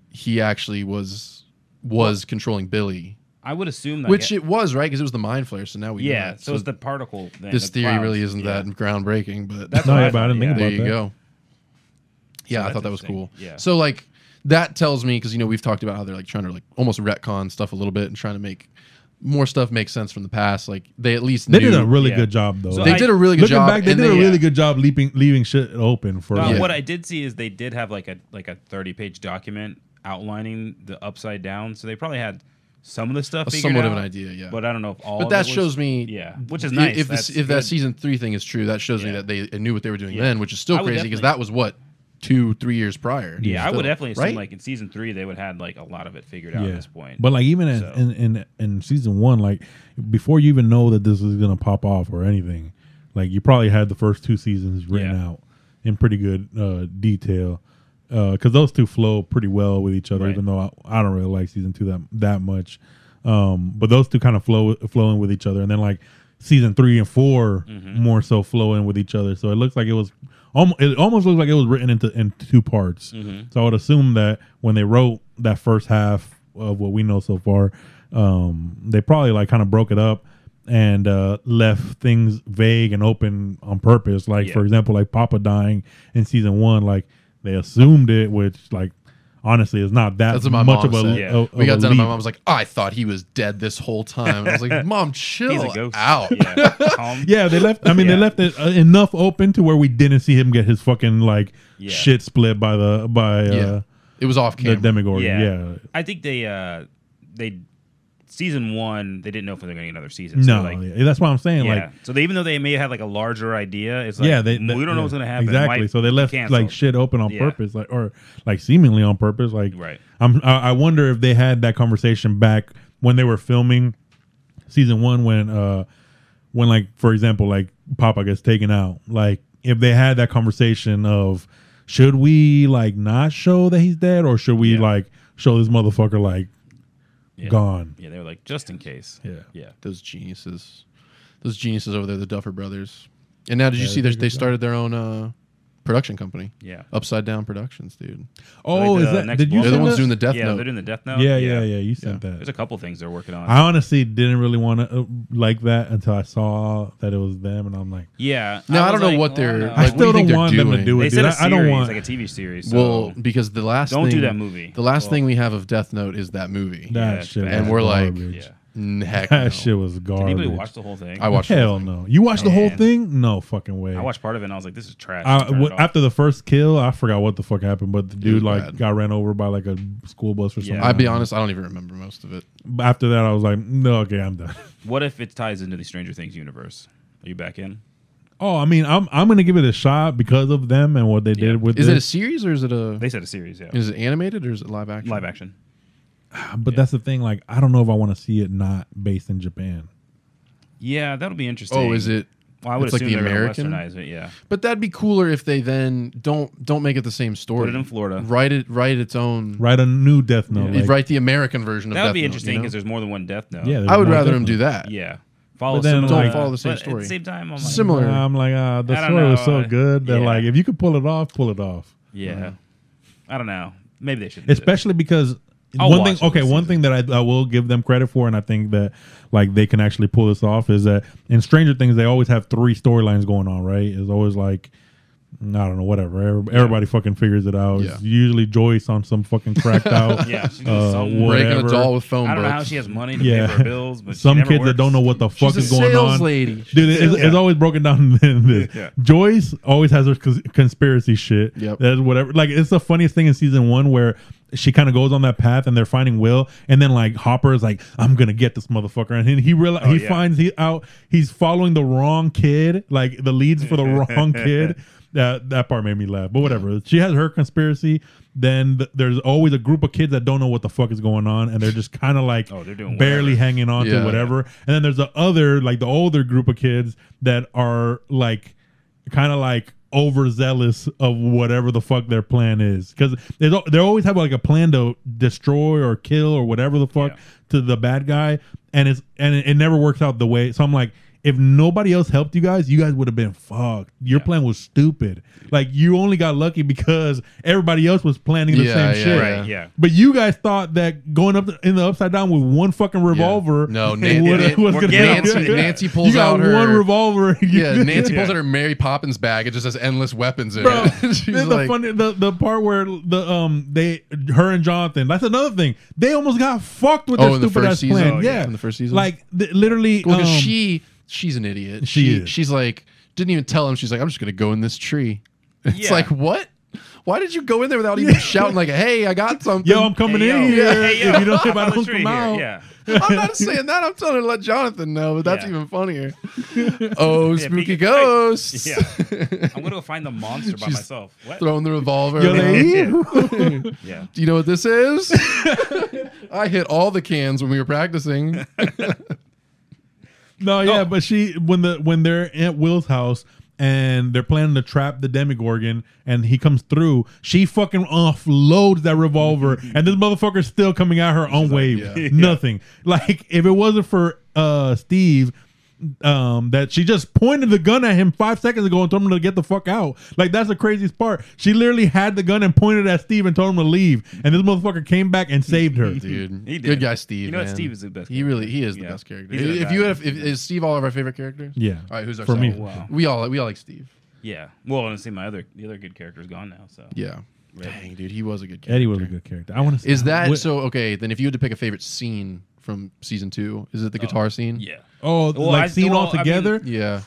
B: he actually was was controlling Billy
C: I would assume that.
B: which
C: yeah,
B: it was right because it was the mind flare. So now we know
C: yeah
B: that.
C: so, it's the particle. Thing,
B: this
C: the
B: theory
C: clouds.
B: really isn't
C: Yeah.
B: that groundbreaking, but
C: That's
A: No,
C: what
A: yeah,
C: I
A: but I didn't think
B: (laughs)
C: thought,
B: there
A: about
B: you
A: that.
B: go. Yeah, I
C: that's
B: thought that was cool.
C: interesting. Yeah.
B: So like that tells me because you know we've talked about how they're like trying to like almost retcon stuff a little bit and trying to make more stuff make sense from the past. Like they at least
A: They
B: knew,
A: did a really
C: Yeah.
A: good job though.
C: So
B: they
C: I-
B: did a really good
A: Looking
B: job.
A: back, they
B: and
A: did a really
C: yeah.
A: good job leaping, leaving shit open for.
C: No,
A: like-
C: What I did see is they did have like a like a thirty page document outlining the upside down. So they probably had some of the stuff.
B: a
C: figured
B: somewhat of
C: out,
B: an idea. Yeah,
C: But I don't know if all.
B: But
C: of
B: that
C: it was-
B: shows me,
C: Yeah, which is
B: i-
C: nice.
B: If
C: That's
B: this, if that
C: good.
B: season three thing is true, that shows me
C: Yeah.
B: that they knew what they were doing
C: Yeah.
B: then, which is
C: I
B: still
C: would
B: crazy because
C: definitely-
B: that was what two, three years prior.
C: Yeah, I
B: still,
C: would definitely assume
B: right?
C: like in season three they would had like a lot of it figured out at this point.
A: But like even as
C: So-
A: in, in in season one, like before you even know that this is gonna pop off or anything, like you probably had the first two seasons written
C: Yeah.
A: out in pretty good uh, detail because those two flow pretty well with each other.
C: Right.
A: Even though I, I don't really like season two that that much, um, but those two kind of flow flowing with each other, and then like season three and 4 more so flowing with each other. So it looks like it was. almo- It almost looks like it was written into in two parts. So I would assume that when they wrote that first half of what we know so far, um, they probably like kind of broke it up and uh, left things vague and open on purpose. Like
C: Yeah.
A: for example, like Papa dying in season one, like they assumed it, which like honestly, it's not that
B: That's what my
A: much of
B: mom
A: a,
B: said.
A: a- of
B: we got
A: a
B: done, and my
A: leap.
B: mom was like, "I thought he was dead this whole time." And I
A: (laughs)
B: was like, "Mom, chill
C: He's a
A: "Oh,
C: ghost.
B: out." (laughs)
C: Yeah. Calm.
A: Yeah, they left. I mean, they
C: Yeah.
A: left it uh, enough open to where we didn't see him get his fucking like
C: Yeah.
A: shit split by the by uh,
B: Yeah. It was off
A: the
B: camera.
A: Demogorgon. Yeah.
C: Yeah. I think they uh they season one they didn't know if they were going to get another season.
A: no,
C: so like,
A: yeah, that's what I'm saying.
C: yeah.
A: Like,
C: so they, even though they may have had like a larger idea, it's like
A: yeah, they,
C: we don't
A: yeah,
C: know what's going to happen.
A: Exactly.
C: Might
A: so they left
C: cancel.
A: like shit open on
C: Yeah.
A: purpose, like or like seemingly on purpose. Like,
C: Right.
A: I'm. I, I wonder if they had that conversation back when they were filming season one, when uh, when like for example, like Papa gets taken out. Like, if they had that conversation of should we like not show that he's dead, or should we
C: Yeah.
A: like show this motherfucker like
C: Yeah.
A: gone?
C: Yeah, they were like just in case.
A: Yeah.
C: Yeah.
B: Those geniuses, those geniuses over there, the Duffer Brothers. And now, did you
A: Yeah,
B: see?
A: they're
B: They, they
A: good guys.
B: started their own uh, production company,
C: Yeah.
B: Upside Down Productions, dude.
A: Oh,
C: like
A: is
C: the
A: that
C: next
A: did you?
C: one.
B: They're the
A: send
B: ones
A: that?
B: doing the Death
C: yeah,
B: Note.
C: they're doing the Death Note.
A: Yeah, yeah, yeah. You sent that.
C: There's a couple things they're working on.
A: I honestly didn't really want to uh, like that until I saw that it was them, and I'm like,
C: yeah.
B: No, I don't
C: was
B: know
C: like,
B: what they're-
C: no.
B: like,
A: I
B: what do
A: still
B: you
A: don't
B: think they're
A: want them to
B: doing?
A: do
C: they
A: it.
C: said
A: Dude.
C: a
A: I,
C: series,
A: I don't want
C: like a TV series.
B: well,
C: So
B: because the last
C: don't do
B: thing-
C: that movie.
B: The last
C: Well,
B: thing we have of Death Note is that movie.
A: that shit.
C: yeah, it's
A: was
C: bad.
B: And we're like,
A: garbage.
C: Yeah.
B: Mm, Heck,
A: that
B: no.
A: shit was
C: Did
A: garbage.
C: anybody watch the whole thing?
B: I watched. the
A: Hell
B: whole thing.
A: no! You watched the whole
C: Man.
A: thing? No fucking way.
C: I watched part of it and I was like, this is trash.
A: I-
C: Turned it
A: w-
C: off.
A: after the first kill, I forgot what the fuck happened, but the dude
B: was
A: like
B: bad.
A: got ran over by like a school bus or something.
C: Yeah.
B: I'd be honest. I don't even remember most of it.
A: But After that, I was like, no, okay, I'm done. (laughs)
C: what if it ties into the Stranger Things universe? Are you back in?
A: Oh, I mean, I'm I'm gonna give it a shot because of them and what they
C: Yeah.
A: did with
B: Is
A: this.
B: it a series or is it a?
C: They said a series, yeah.
B: Is it animated or is it live action?
C: Live action.
A: but that's the thing. Like, I don't know if I want to see it not based in Japan.
C: Yeah, that'll be interesting.
B: Oh, is it?
C: Well, I would
B: it's like
C: assume
B: the
C: they're gonna
B: American?
C: Westernize it. Yeah,
B: But that'd be cooler if they then don't don't make it the same story.
C: put it in Florida.
B: Write it. Write its own.
A: Write a new Death Note.
B: You'd
A: like-
B: write the American version of
C: That would
B: Death
C: be
B: Note,
C: interesting
B: you
C: because
B: know?
C: there's more than one Death Note.
A: Yeah, there's
B: I would
A: more
B: rather
A: Death
B: him
A: Note.
B: do that.
C: yeah. Follow
A: But then,
C: similar-
A: Don't
B: follow the same
C: but At
B: story.
C: the same time, I'm like,
B: Similar- Similar.
A: I'm like, ah, the
C: I don't
A: story was so
C: know.
A: good that
C: Yeah.
A: like if you could pull it off, pull it off.
C: Yeah, I don't know. Maybe they should. do this.
A: Especially because
C: I'll
A: one
C: watch
A: thing,
C: it
A: okay,
C: this
A: one thing that I, I will give them credit for, and I think that like they can actually pull this off is that in Stranger Things they always have three storylines going on, right? It's always like. I don't know, whatever. Every- Everybody fucking figures it out. It's
B: Yeah.
A: usually Joyce on some fucking cracked out.
C: (laughs) Yeah, she's doing
A: uh,
C: something.
A: whatever.
B: Breaking a doll with phone
C: I don't know how
B: books.
C: she has money to
A: Yeah.
C: pay for her bills, but she
A: some
C: never
A: kids that
C: works.
A: don't know what the fuck
B: She's
A: is
B: a
A: going
B: sales
A: on.
B: lady.
A: Dude, it's,
C: Yeah.
A: it's always broken down (laughs) in this.
C: Yeah.
A: Joyce always has her cons- conspiracy shit.
B: Yep.
A: That's whatever. Like it's the funniest thing in season one where she kind of goes on that path and they're finding Will, and then like Hopper is like, "I'm gonna get this motherfucker," and then he real he
C: Oh, yeah.
A: finds he out he's following the wrong kid, like the leads
C: (laughs)
A: for the wrong kid. That that part made me laugh, but whatever. She has her conspiracy. Then th- there's always a group of kids that don't know what the fuck is going on, and they're just kind of like
C: Oh, they're doing
A: barely hanging on to
B: Yeah.
A: whatever. And then there's the other, like the older group of kids that are like kind of like overzealous of whatever the fuck their plan is because they don't- they always have like a plan to destroy or kill or whatever the fuck
C: Yeah.
A: to the bad guy, and it's and it, it never works out the way. So I'm like. If nobody else helped you guys, you guys would have been fucked. Your
C: Yeah.
A: plan was stupid. Like you only got lucky because everybody else was planning the
B: Yeah,
A: same
B: yeah,
A: shit.
B: right.
C: Right? Yeah.
A: But you guys thought that going up in the upside down with one fucking revolver,
B: No, Nan- Nan-
C: we're
A: gonna
C: getting
A: be-
C: Nancy-
B: Nancy pulls
A: You got
B: out her-
A: one revolver.
B: (laughs)
C: (laughs)
B: Yeah,
A: (laughs)
B: Nancy
C: Yeah.
B: pulls out her Mary Poppins bag. It just has endless weapons in
A: Bro,
B: it. (laughs) She's
A: Then the,
B: like,
A: funny, the the part where the um they her and Jonathan. That's another thing. They almost got fucked with
B: Oh,
A: their
B: in the
A: stupid
B: first
A: ass
B: season?
A: plan.
B: Oh, yeah.
A: yeah,
B: In the first season?
A: Like th- literally,
B: well, 'cause
A: um,
B: she she's an idiot.
A: She
B: She
A: is.
B: she's like didn't even tell him. She's like, I'm just gonna go in this tree. (laughs) It's
C: Yeah.
B: like what? Why did you go in there
A: (laughs)
B: without even shouting like, Hey, I got something?
A: yo, I'm coming
C: Hey,
A: in
C: yo.
A: here.
C: Hey, yo.
A: If you don't, if
C: (laughs) Follow
A: I
C: the
A: don't
C: tree
A: come
C: here.
A: out, (laughs)
C: Yeah.
B: I'm not saying that. I'm telling her to let Jonathan know, but that's
C: Yeah.
B: even
C: (laughs)
B: funnier. Oh, spooky
C: peek-
B: ghosts.
C: Yeah. I'm gonna go find the monster by
B: She's
C: myself. What?
B: Throwing the revolver.
A: Yo, (laughs)
B: around.
A: they-
C: yeah.
B: Do you know what this
C: (laughs)
B: is? I hit all the cans when we were practicing.
A: No, yeah, but she when the when they're at Will's house and they're planning to trap the Demigorgon and he comes through, she fucking offloads that
C: (laughs)
A: revolver and this motherfucker's still coming at her on wave.
B: yeah.
A: (laughs) Nothing. Like if it wasn't for uh Steve um that she just pointed the gun at him five seconds ago and told him to get the fuck out. Like that's the craziest part. She literally had the gun and pointed at Steve and told him to leave. And this motherfucker came back and saved
C: (laughs)
A: her.
B: dude.
C: He did.
B: Good guy, Steve.
C: You know what?
B: man.
C: Steve is the best
B: He
C: character.
B: really he is the
C: Yeah.
B: best character.
C: He's a
B: If,
C: good
B: if you
C: guy.
B: have, if, is Steve all of our favorite characters?
A: Yeah.
B: All right, who's our
A: For me.
B: second?
C: Wow.
B: We all we all like Steve.
C: Yeah. Well, and see, my other the other good character's gone now. So
B: Yeah. Dang, dude, he was a good character.
A: Eddie was a good character. I want to.
B: Is that so? Okay, then if you had to pick a favorite scene from season two, is it the guitar scene?
C: Yeah.
A: Oh,
C: Well,
A: like
C: I-
A: seen
C: well,
A: all together.
C: I mean,
B: Yeah.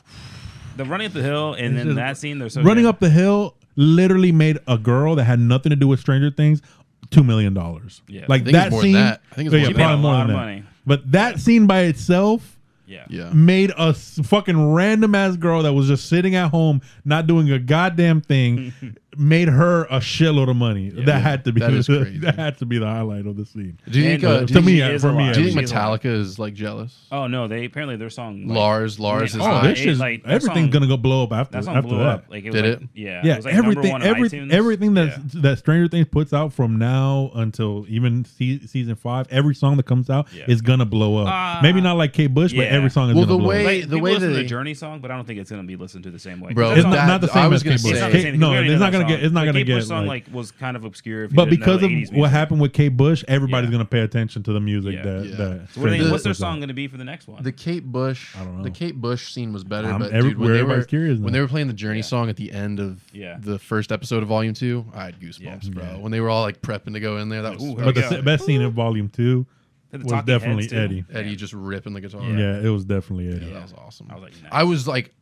C: The running up the hill and
A: It's
C: then
A: just-
C: that scene, they're so
A: Running
C: good.
A: up the hill literally made a girl that had nothing to do with Stranger Things two million dollars.
C: Yeah.
A: Like
B: I think it's
A: that
B: more than
A: scene.
B: that. I think it's
A: Yeah,
B: more than
A: probably
C: that.
A: more
C: A lot
A: than
C: of
A: that.
C: money.
A: But that scene by itself
C: Yeah.
B: Yeah.
A: made a s- fucking random ass girl that was just sitting at home not doing a goddamn
C: (laughs)
A: thing made her a shitload of money. that had to be
B: That is
A: the, (laughs)
B: crazy.
A: that had to be the highlight of the scene.
B: Do you
C: And,
B: think, uh,
C: uh,
B: do
A: to
B: you-
A: me,
C: she
A: uh,
C: is
A: for me,
C: alive.
A: uh,
B: do you think
C: She's alive.
B: Metallica is like jealous?
C: Oh no, they apparently their song like,
B: Lars, Lars is
C: Man,
A: Oh,
C: Uh,
B: hot.
A: this
C: it-
A: shit's
C: like, that
A: everything's
C: song-
A: gonna go blow up after
C: that song
A: after
C: blew
A: that.
C: up. Like it was
B: Did
C: like,
B: it?
C: Yeah.
A: Yeah,
C: it was like number
A: everything,
C: one on
A: every,
C: iTunes.
A: everything that
C: Yeah.
A: that Stranger Things puts out from now until even se- season five, every song that comes out
C: Yeah.
A: is gonna blow up.
C: Ah.
A: Maybe not like Kate Bush,
C: Yeah.
A: but every song is
B: Well,
A: gonna
B: the
A: blow
B: way-
A: up.
C: Like,
B: the
C: the
B: way
C: listen to
B: they-
C: the Journey song, but I don't think it's gonna be listened to the same way.
B: Bro,
C: That's
A: It's
C: all-
A: not,
B: that-
A: not the
B: I
A: same
B: was
A: as
B: gonna
A: Kate Bush.
B: say-
A: Kate- no,
C: We already
A: it's
C: know
A: not
C: that
A: gonna get.
C: song.
A: It's not
C: The
A: gonna
C: Kate
A: get.
C: Bush song
A: like-
C: like was kind of obscure. If you
A: but
C: didn't know
A: because
C: the
A: of
C: 80s
A: what
C: music.
A: happened with Kate Bush, everybody's
C: Yeah.
A: gonna pay attention to the music.
C: Yeah.
A: That,
B: Yeah.
A: that
C: So what do
A: Stranger
C: they-
A: Things
C: what's their
A: puts out.
C: song going to be for the next one?
B: The Kate Bush,
A: I don't know.
B: the Kate Bush scene was better,
A: I'm-
B: but
A: every-
B: dude, when
A: where
B: they were
A: everybody's curious now.
B: when they were playing the Journey
C: Yeah.
B: song at the end of
C: Yeah.
B: the first episode of Volume Two, I had goosebumps,
C: Yeah.
B: bro.
A: Yeah.
B: When they were all like prepping to go in there, that
C: Like,
B: was
C: ooh,
B: that
C: here
A: But
B: was
A: the
C: we
A: se-
C: go.
B: sick.
A: best scene in Volume Two
C: The
A: was
C: Talking
A: definitely
C: Heads, too.
A: Eddie.
B: Eddie just ripping the guitar.
A: Yeah. it was definitely Eddie.
B: Yeah,
C: Yeah.
B: that was awesome.
C: I was like, nice.
B: I was like,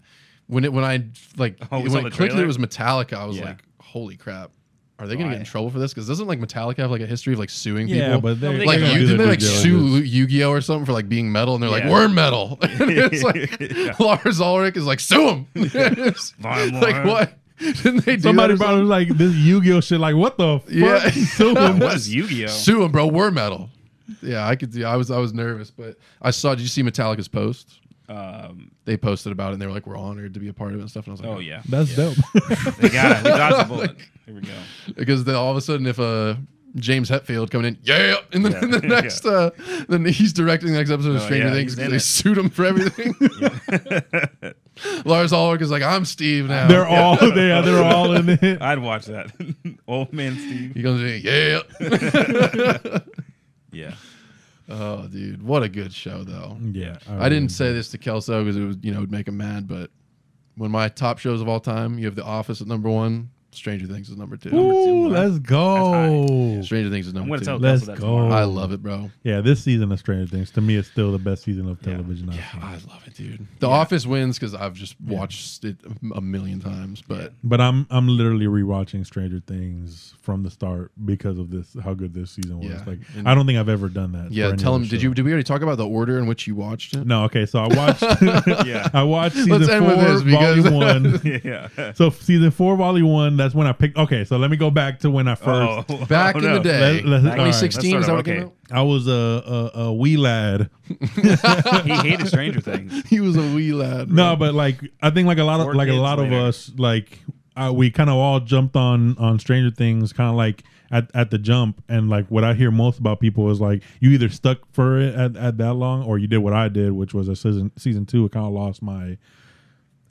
B: when it when I like
C: Oh, we
B: when
C: saw
B: it
C: the
B: clicked that
C: trailer?
B: it was Metallica, I was
C: Yeah.
B: like, holy crap, are they gonna
C: Oh,
B: get
C: I-
B: in trouble for this? Because doesn't like Metallica have like a history of like suing
A: Yeah,
B: people?
A: but they
C: they
B: like
C: gotta
B: you
C: do
B: did
C: their
B: they like
C: due
B: sue Yu-Gi-Oh or something for like being metal, and they're
C: Yeah.
B: like we're metal. (laughs)
C: (laughs)
B: and it's like
C: Yeah.
B: Lars Ulrich is like sue
C: (laughs)
B: him. (laughs)
C: Fine,
B: like
C: Lars.
B: what? Didn't they do
A: Somebody
B: that or
A: probably was like this Yu-Gi-Oh shit. Like what the fuck? (laughs)
B: Yeah.
A: So
B: (laughs)
C: What is Yu-Gi-Oh?
B: something? sue him, bro? We're metal. Yeah, I could. Yeah, I was I was nervous, but I saw. Did you see Metallica's post?
C: um,
B: They posted about it, and they were like, "We're honored to be a part of it" and stuff. And I was like,
C: oh yeah,
A: that's dope.
C: they got it. We
B: (laughs)
C: dodged a bullet. Here we go.
B: because then all of a sudden if uh James Hetfield coming in, yeah, and then
C: Yeah.
B: in the
C: Yeah. (laughs)
B: next, uh, then he's directing the next episode of
C: Oh,
B: Stranger
C: yeah,
B: Things
C: he's
B: 'cause
C: in
B: they
C: it.
B: sued him for
C: (laughs)
B: everything. (laughs) Lars Ulrich is like, I'm Steve now.
A: they're all there. They're all in
B: (laughs)
A: it.
C: I'd watch that. (laughs) Old man Steve.
B: He goes, yeah. (laughs)
C: Yeah.
B: oh, dude, what a good show though.
A: Yeah,
B: I didn't say this to Kelso because it was you know it would make him mad, but when my top shows of all time, you have The Office at number one, Stranger Things is number two.
A: Ooh,
C: huh?
A: let's go.
B: Stranger Things is
C: I'm
B: number
C: gonna
B: 2
C: tell
A: Let's
C: Kelso that
A: go.
C: tomorrow.
B: I love it, bro.
A: Yeah, this season of Stranger Things to me is still the best season of
C: Yeah.
A: television.
B: Yeah,
A: I've seen.
B: I love it, dude. The Office wins because I've just watched it a million times, but
A: But I'm I'm literally rewatching Stranger Things from the start because of this how good this season was.
B: Yeah.
A: Like
B: And-
A: I don't think I've ever done that.
B: yeah,
A: for any
B: tell
A: other
B: him. Did
A: show.
B: you? Did we already talk about the order in which you watched it?
A: No, okay. So I watched. (laughs)
B: (laughs)
C: Yeah. (laughs)
A: I watched season
B: Let's end
A: four,
B: with this because-
A: volume
B: (laughs)
A: one.
C: Yeah.
A: so season four, volume one. That's when I picked. Okay, so let me go back to when I first.
C: Oh,
B: Back
C: oh,
B: in the
C: no.
B: day,
A: Let- let- all right, let's
B: 2016
C: start
B: is that
C: over.
B: what came
C: Okay.
B: out? (laughs)
A: I was a a, a wee lad.
C: he
B: (laughs)
C: hated Stranger Things.
B: He was a wee lad.
A: No,
B: bro.
A: but like I think like a lot of
C: Four
A: like a
C: kids
A: lot of
C: later.
A: us like uh, we kind of all jumped on on Stranger Things kind of like at, at the jump and like what I hear most about people is like you either stuck for it at, at that long or you did what I did which was a season season 2 it kind of lost my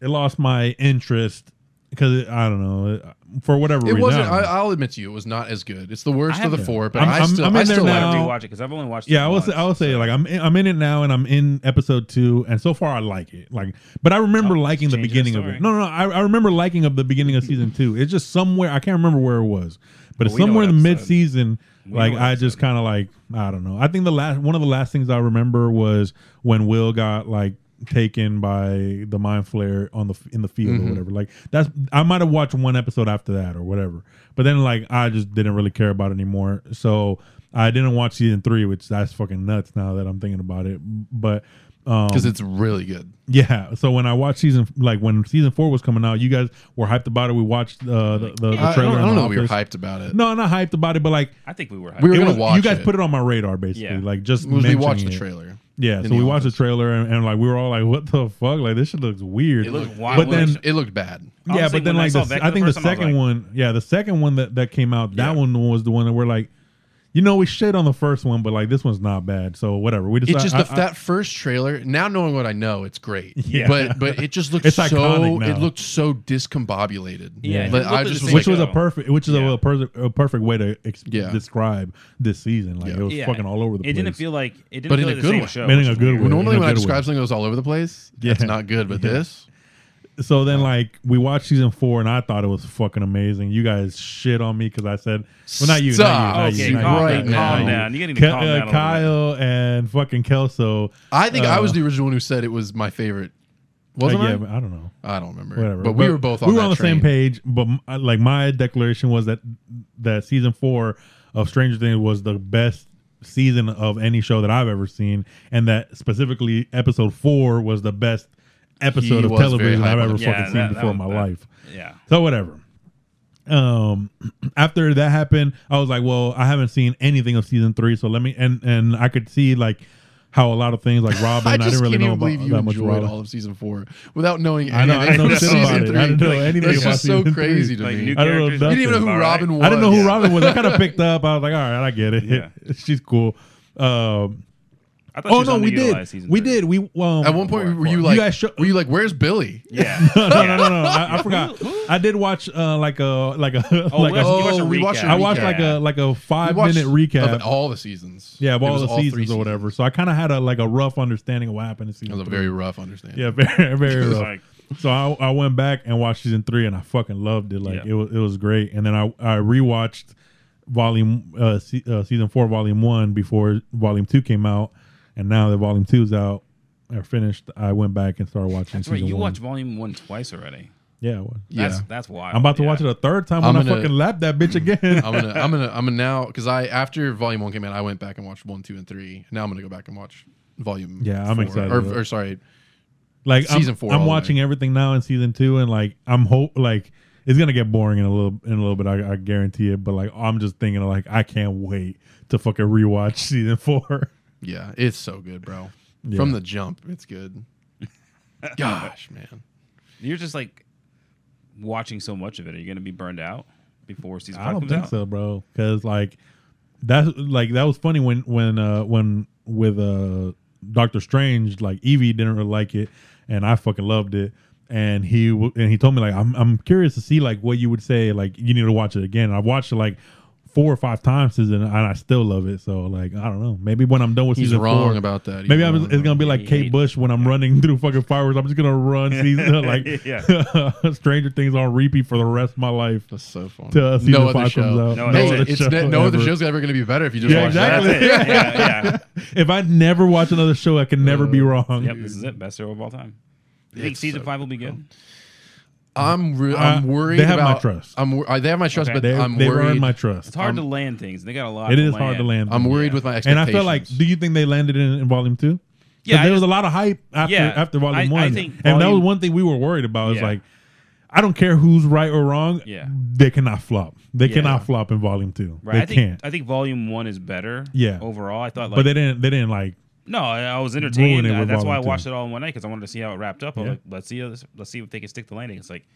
A: it lost my interest cuz I don't know it- for whatever
B: it
A: reason
B: wasn't.
A: I don't
B: I,
A: know.
B: I'll admit to you, it was not as good. It's the worst
C: I
B: of the
C: haven't-
B: four, but
A: I'm-
B: i
A: I'm-
B: still,
A: I'm
B: I
A: in there
B: still
A: now.
B: like
C: I
B: it.
A: No.
C: rewatch it because I've only watched.
A: Yeah,
C: it
A: I will
C: once,
A: say, I will say
C: so-
A: like I'm in, I'm in it now and I'm in episode two and so far I like it. Like but I remember
C: Oh,
A: liking the
C: changing the
A: beginning of
C: story.
A: it. No, no, no I, I remember liking of the beginning of season two. It's just somewhere I can't remember where it was. But
C: Well,
A: it's
C: we know
A: somewhere
C: what
A: in the mid
C: episode.
A: season,
C: We know
A: like
C: what
A: I just kinda like I don't know. I think the last one of the last things I remember was when Will got like taken by the mind flare on the f- in the field
B: Mm-hmm.
A: or whatever like that's i might have watched one episode after that or whatever but then like i just didn't really care about it anymore so i didn't watch season three which that's fucking nuts now that i'm thinking about it but um
B: because it's really good.
A: yeah so when i watched season like when season four was coming out you guys were hyped about it we watched uh, the, the, the trailer
B: I, I don't, I
A: in
B: don't
A: the
B: know. that We were
A: office.
B: hyped about it.
A: no not hyped about it but like
C: I think we were.
B: We were
A: it
B: gonna
A: was-
B: watch
A: you guys
B: it.
A: put it on my radar basically
C: Yeah.
A: like just
B: we watched
A: mentioning
B: the
A: it.
B: trailer.
A: Yeah,
B: in
A: so
B: the
A: we watched the
B: office.
A: trailer and, and like we were all like, "What the fuck? Like this shit looks weird."
C: It looked wild.
A: but then
B: it looked bad.
A: yeah,
C: Honestly,
A: but then
C: when I
A: like
C: saw
A: the,
C: Vecna
A: I think the,
C: the first time, I was
A: second
C: like-
A: one, yeah, the second one that that came out, that
C: Yeah.
A: one was the one that we're like, you know, we shit on the first one, but like this one's not bad, so whatever. We
B: It's
A: decided
B: just
A: I-
B: the,
A: I-
B: that first trailer. Now knowing what I know, it's great.
A: (laughs) Yeah.
B: But but it just looked
A: It's
B: so.
A: iconic now.
B: It looked so discombobulated.
C: Yeah,
B: Like,
C: it
B: I just
C: looked the
B: was
C: same
B: like,
A: which was a
C: go.
A: perfect, which is
C: Yeah.
A: a, per- a perfect way to ex-
B: Yeah.
A: describe this season. Like
B: Yeah.
A: it was
C: Yeah.
A: fucking all over the
C: It
A: place.
C: didn't feel like it didn't
B: But in a
C: feel like the
B: good
C: same
B: way.
C: show.
A: But in
C: which
A: a
C: was
A: good
C: weird.
A: way.
B: Well, normally
A: in a
B: when I
A: good way.
B: describe something that was all over the place,
A: Yeah.
B: that's not good. But
A: Yeah.
B: this,
A: so then like we watched season four and I thought it was fucking amazing. You guys shit on me because I said well not you, not
B: Stop.
A: you,
C: Okay,
A: not you,
C: calm,
A: not
B: right
A: you,
C: down,
A: not
C: calm
A: you.
C: down. You gotta
A: Ke-
C: even calm down.
A: uh,
C: a little
A: Kyle and fucking Kelso.
B: I think I was
A: Uh,
B: the original one who said it was my favorite.
A: Uh,
B: Wasn't
A: yeah,
B: I?
A: but I don't know.
B: I don't remember.
A: Whatever.
B: But we were both on
A: we were
B: that
A: on the
B: train.
A: same page. But m- I- like my declaration was that that season four of Stranger Things was the best season of any show that I've ever seen, and that specifically episode four was the best episode
B: He
A: of
B: was very
A: television
B: high
A: I've
B: on
A: ever
B: it.
A: fucking
C: Yeah,
A: seen
C: that- that
A: before in my
C: was- that-
A: life.
C: bit. Yeah.
A: So whatever. Um, (clears throat) after that happened, I was like, well, I haven't seen anything of season three, so let me and and I could see like how a lot of things like Robin, I,
B: (laughs) I just
A: didn't really
B: can't
A: know
B: even
A: about
B: believe you
A: that much
B: enjoyed
A: Robin.
B: all of season four without knowing
A: (laughs) I know- I
B: anything.
A: know
B: about
A: shit
B: season
A: about it. I didn't know
B: Like,
A: anything
B: That's
A: about
B: just so
A: season three.
B: crazy to
C: Like
B: me.
C: new
A: I don't know
C: characters.
A: nothing.
B: you didn't even know who
C: All right.
B: Robin was.
A: I didn't know who
B: Yeah.
A: Robin was. I kind of
B: (laughs)
A: picked up. I was like, all right, I get it.
C: Yeah.
A: (laughs) She's cool. Um,
C: I thought she
A: oh
C: was
A: no, we
C: underutilized
A: did.
C: season
A: We
C: three.
A: did. We um,
B: At one point,
C: Four,
B: were
C: four.
B: you like,
A: You guys show- (laughs)
B: were you like, where's Billy?
C: Yeah.
A: no, no, no, no.
B: (laughs)
A: I, I forgot. I did watch uh, like a like a (laughs)
C: Oh,
A: like
C: we watched-
A: a,
C: you watched a
B: we watched a
C: recap.
A: I watched like a like a
B: We
A: five
B: watched
A: minute
B: of
A: recap.
B: all the seasons.
A: Yeah, of
B: It
A: all
B: was
A: the
B: three
A: seasons or whatever. So I kind of had a like a rough understanding of what happened in
B: It
A: season.
B: was a
A: three.
B: very rough understanding.
A: yeah, (laughs) very very
C: It's
A: rough.
C: like,
A: So I, I went back and watched season three, and I fucking loved it. Like
C: Yeah.
A: it was it was great. And then I I rewatched volume uh, se- uh season four volume one before volume two came out, and now that volume two's out or finished, I went back and started watching.
C: That's right.
A: season
C: You
A: one.
C: watched volume one twice already.
A: yeah. I was.
B: Yeah.
C: That's that's wild.
A: I'm about to
C: Yeah.
A: watch it a third time
B: I'm
A: when I
B: gonna-
A: fucking lap that bitch again.
B: (laughs) I'm gonna, I'm gonna, I'm gonna now because I after Volume One came out, I went back and watched One, Two, and Three. Now I'm gonna go back and watch Volume.
A: Yeah, I'm
B: four,
A: excited about
B: Or,
A: it.
B: or sorry,
A: like
B: Season
A: I'm,
B: four all
A: I'm
B: the way.
A: watching everything now in season two, and like I'm hope like it's gonna get boring in a little in a little bit. I, I guarantee it. But like I'm just thinking like I can't wait to fucking rewatch (laughs) season four.
B: yeah, it's so good, bro.
A: Yeah.
B: From the jump,
A: (laughs)
B: it's good. Gosh, man.
C: You're just like watching so much of it. Are you going to be burned out before season?
A: I
C: five
A: don't
C: comes
A: think
C: out?
A: so, bro. Because like that's like that was funny when when uh when with uh Doctor Strange like Evie didn't really like it, and I fucking loved it. And he w- and he told me like I'm I'm curious to see like what you would say like you need to watch it again. And I've watched it like four or five times since then, and I still love it. So like I don't know. Maybe when I'm done with
B: He's
A: season
B: wrong
A: four,
B: about that. He's
A: maybe I'm,
B: wrong
A: it's gonna be
B: about
A: like
C: He
A: Kate
C: hates-
A: Bush when I'm running (laughs) through fucking fireworks. I'm just gonna run season like
C: Yeah.
A: (laughs) Stranger Things on repeat for the rest of my life.
B: that. That's so funny.
A: Till, uh, season
B: no other
A: five
B: show.
A: comes out.
C: No other
B: Hey,
C: show.
B: it's ne- no other
A: ever.
B: show's ever gonna be better if you just
A: Yeah,
B: watch
A: exactly.
B: that.
C: That's it. Yeah, yeah.
A: If I never watch another show, I can never be wrong.
C: Uh, yep, this is it. Best show of all time. You think
B: It's
C: season
B: so
C: five will be good?
B: I'm re- I'm
A: Uh,
B: worried.
A: they have my
B: about,
A: trust.
B: I'm wor- uh, they have my trust,
C: Okay.
B: but
A: They,
B: I'm
A: they've
B: worried.
A: earned my
C: It's
A: trust.
C: hard to land things. They got a lot.
A: Um, It is hard to land.
B: I'm
A: them.
B: worried
C: Yeah.
B: with my
A: and I
B: expectations.
A: feel like, do you think they landed in, in volume two? 'Cause
C: Yeah, I
A: there was
C: just-
A: a lot of hype after
C: Yeah,
A: after volume
C: I-
A: one,
C: I think
A: and that was
C: volume-
A: one thing we were worried about. Is
C: Yeah.
A: like, I don't care who's right or wrong.
C: Yeah.
A: they cannot flop. They
C: Yeah.
A: cannot flop in volume two.
C: Right.
A: They
C: I think
A: can't.
C: I think volume one is better.
A: Yeah.
C: Overall, I thought like
A: but they didn't. They didn't like.
C: no, I, I was entertained.
A: it
C: Uh,
A: with
C: that's why I
A: volume two.
C: watched it all in one night because I wanted to see how it wrapped up. I'm
A: Yeah.
C: like, let's see how this, let's see if they can stick the landing. It's like,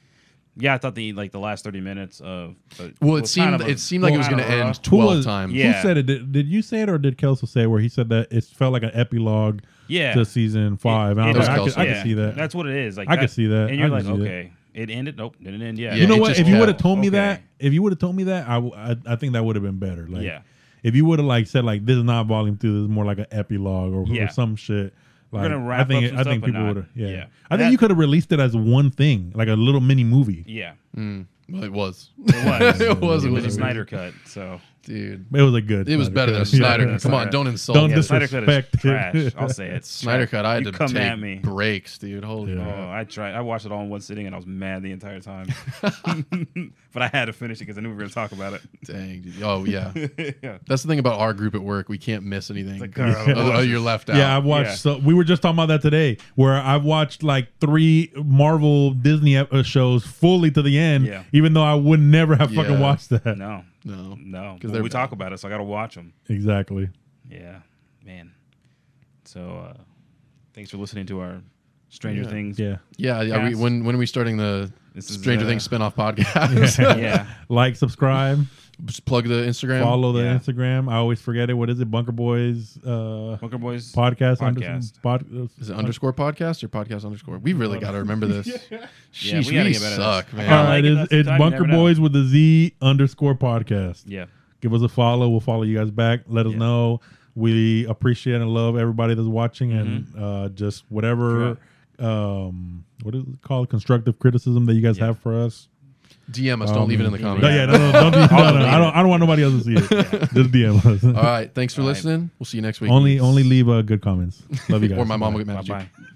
C: yeah, I thought the like the last thirty minutes of but
B: well, it
C: was kind
B: seemed
C: of a-
B: it seemed like it was
C: kind
B: going
C: of
B: to
C: a-
B: end
A: Who
B: twelve
A: was-
B: times.
C: Yeah.
A: Who said it? Did, did you say it or did Kelso say it where he said that it felt like an epilogue
C: Yeah.
A: to season five? and I,
C: It-
A: was
B: it
A: like, I,
B: was
A: could, I
B: Kelso.
A: could see that.
C: That's what it is. Like
A: I could see that. I
C: And you're
A: could
C: like,
A: see that.
C: okay, it ended. Nope, didn't end yet.
B: You
A: you
B: Yeah,
A: know
B: it
A: what?
B: just
A: If you
B: kept-
A: would have told me
C: Okay.
A: that, if you would have told me that, I, w- I, I think that would have been better. Like,
C: Yeah.
A: if you would have like said like this is not volume two, this is more like an epilogue or, or
C: Yeah.
A: some shit. Like,
C: gonna wrap
A: I think
C: up some
A: I
C: stuff,
A: think
C: but
A: people
C: not-
A: would have. Yeah.
C: yeah.
A: I think
C: That-
A: you could have released it as one thing, like a little mini movie.
C: yeah,
B: Mm. Well, (laughs)
A: (laughs)
B: it was.
C: it
B: (laughs)
C: was.
B: it was.
C: It was
B: a
C: a Snyder cut. So
B: dude.
A: It was a good.
B: It was
A: Snyder
B: better than
A: Cut.
B: Snyder.
A: Yeah.
B: Cut. Come on,
C: Snyder.
B: don't insult.
A: Don't
B: me.
A: dis-
C: Snyder cut is
A: Disrespect it.
C: trash. I'll
A: (laughs)
C: say it.
B: Snyder cut. I had
C: You
B: to
C: come
B: take
C: at me.
B: breaks, dude. Holy
A: Yeah.
C: Oh,
B: crap.
C: I tried. I watched it all in one sitting, and I was mad the
B: (laughs)
C: entire time. (laughs) but I had to finish it because I knew we were going to talk about
B: dang. Dude. Oh
A: (laughs)
B: (laughs) yeah.
C: it. yeah.
B: That's the thing about our group at work. We can't miss anything.
C: like, God, I don't know
B: (laughs) Oh,
C: what
B: oh,
C: this
B: you're left out.
A: Yeah, I've watched.
C: Yeah.
A: So we were just talking about that today, where I've watched like three Marvel Disney ep- uh, shows fully to the end,
C: Yeah.
A: even though I would never have fucking
B: Yeah.
A: watched that. (laughs)
C: No,
B: no.
C: no,
B: 'Cause
C: Well,
B: they're
C: we
B: bad.
C: talk about it, so I got to watch them.
A: Exactly.
C: Yeah, man. So, uh, thanks for listening to our Stranger
B: Yeah.
C: Things.
A: Yeah.
B: Yeah. yeah we,
C: Yes.
B: when when are we starting the
C: This is,
B: Stranger
C: uh,
B: Things spinoff podcast?
C: (laughs) yeah.
A: (laughs) Like, subscribe,
B: (laughs) Just plug the Instagram.
A: follow the
C: Yeah.
A: Instagram. I always forget it. What is it? Bunker Boys uh,
C: Bunker Boys.
A: podcast.
C: Podcast.
A: pod, uh,
B: Is it underscore podcast or podcast underscore? We really got to
A: (laughs)
B: remember this.
C: Yeah,
B: Sheesh,
C: we gotta
B: we,
C: get better at
B: suck,
C: this.
B: man.
C: I
A: All
C: like
A: right,
C: it,
A: Uh, it's,
C: that's the
A: it's
C: time, you
A: Bunker
C: never know.
A: Boys with the Z underscore podcast.
C: Yeah.
A: Give us a follow. We'll follow you guys back. Let us
C: Yeah.
A: know. We appreciate and love everybody that's watching and uh, just whatever um, what is it called? Constructive criticism that you guys
C: Yeah.
A: have for us.
B: DM us. don't leave it in the
A: Um,
B: comments.
A: No, yeah, no, no, don't, no,
C: I'll
A: no, no,
C: delete
A: I don't.
C: it.
A: I don't want nobody else to see it. (laughs) Just DM us.
B: All right. Thanks for
C: All right.
B: listening. We'll see you next week.
A: only, only leave uh, good comments. Love you guys.
B: (laughs) Or my mom
A: Bye.
B: will get mad
C: Bye
B: at you.
C: bye.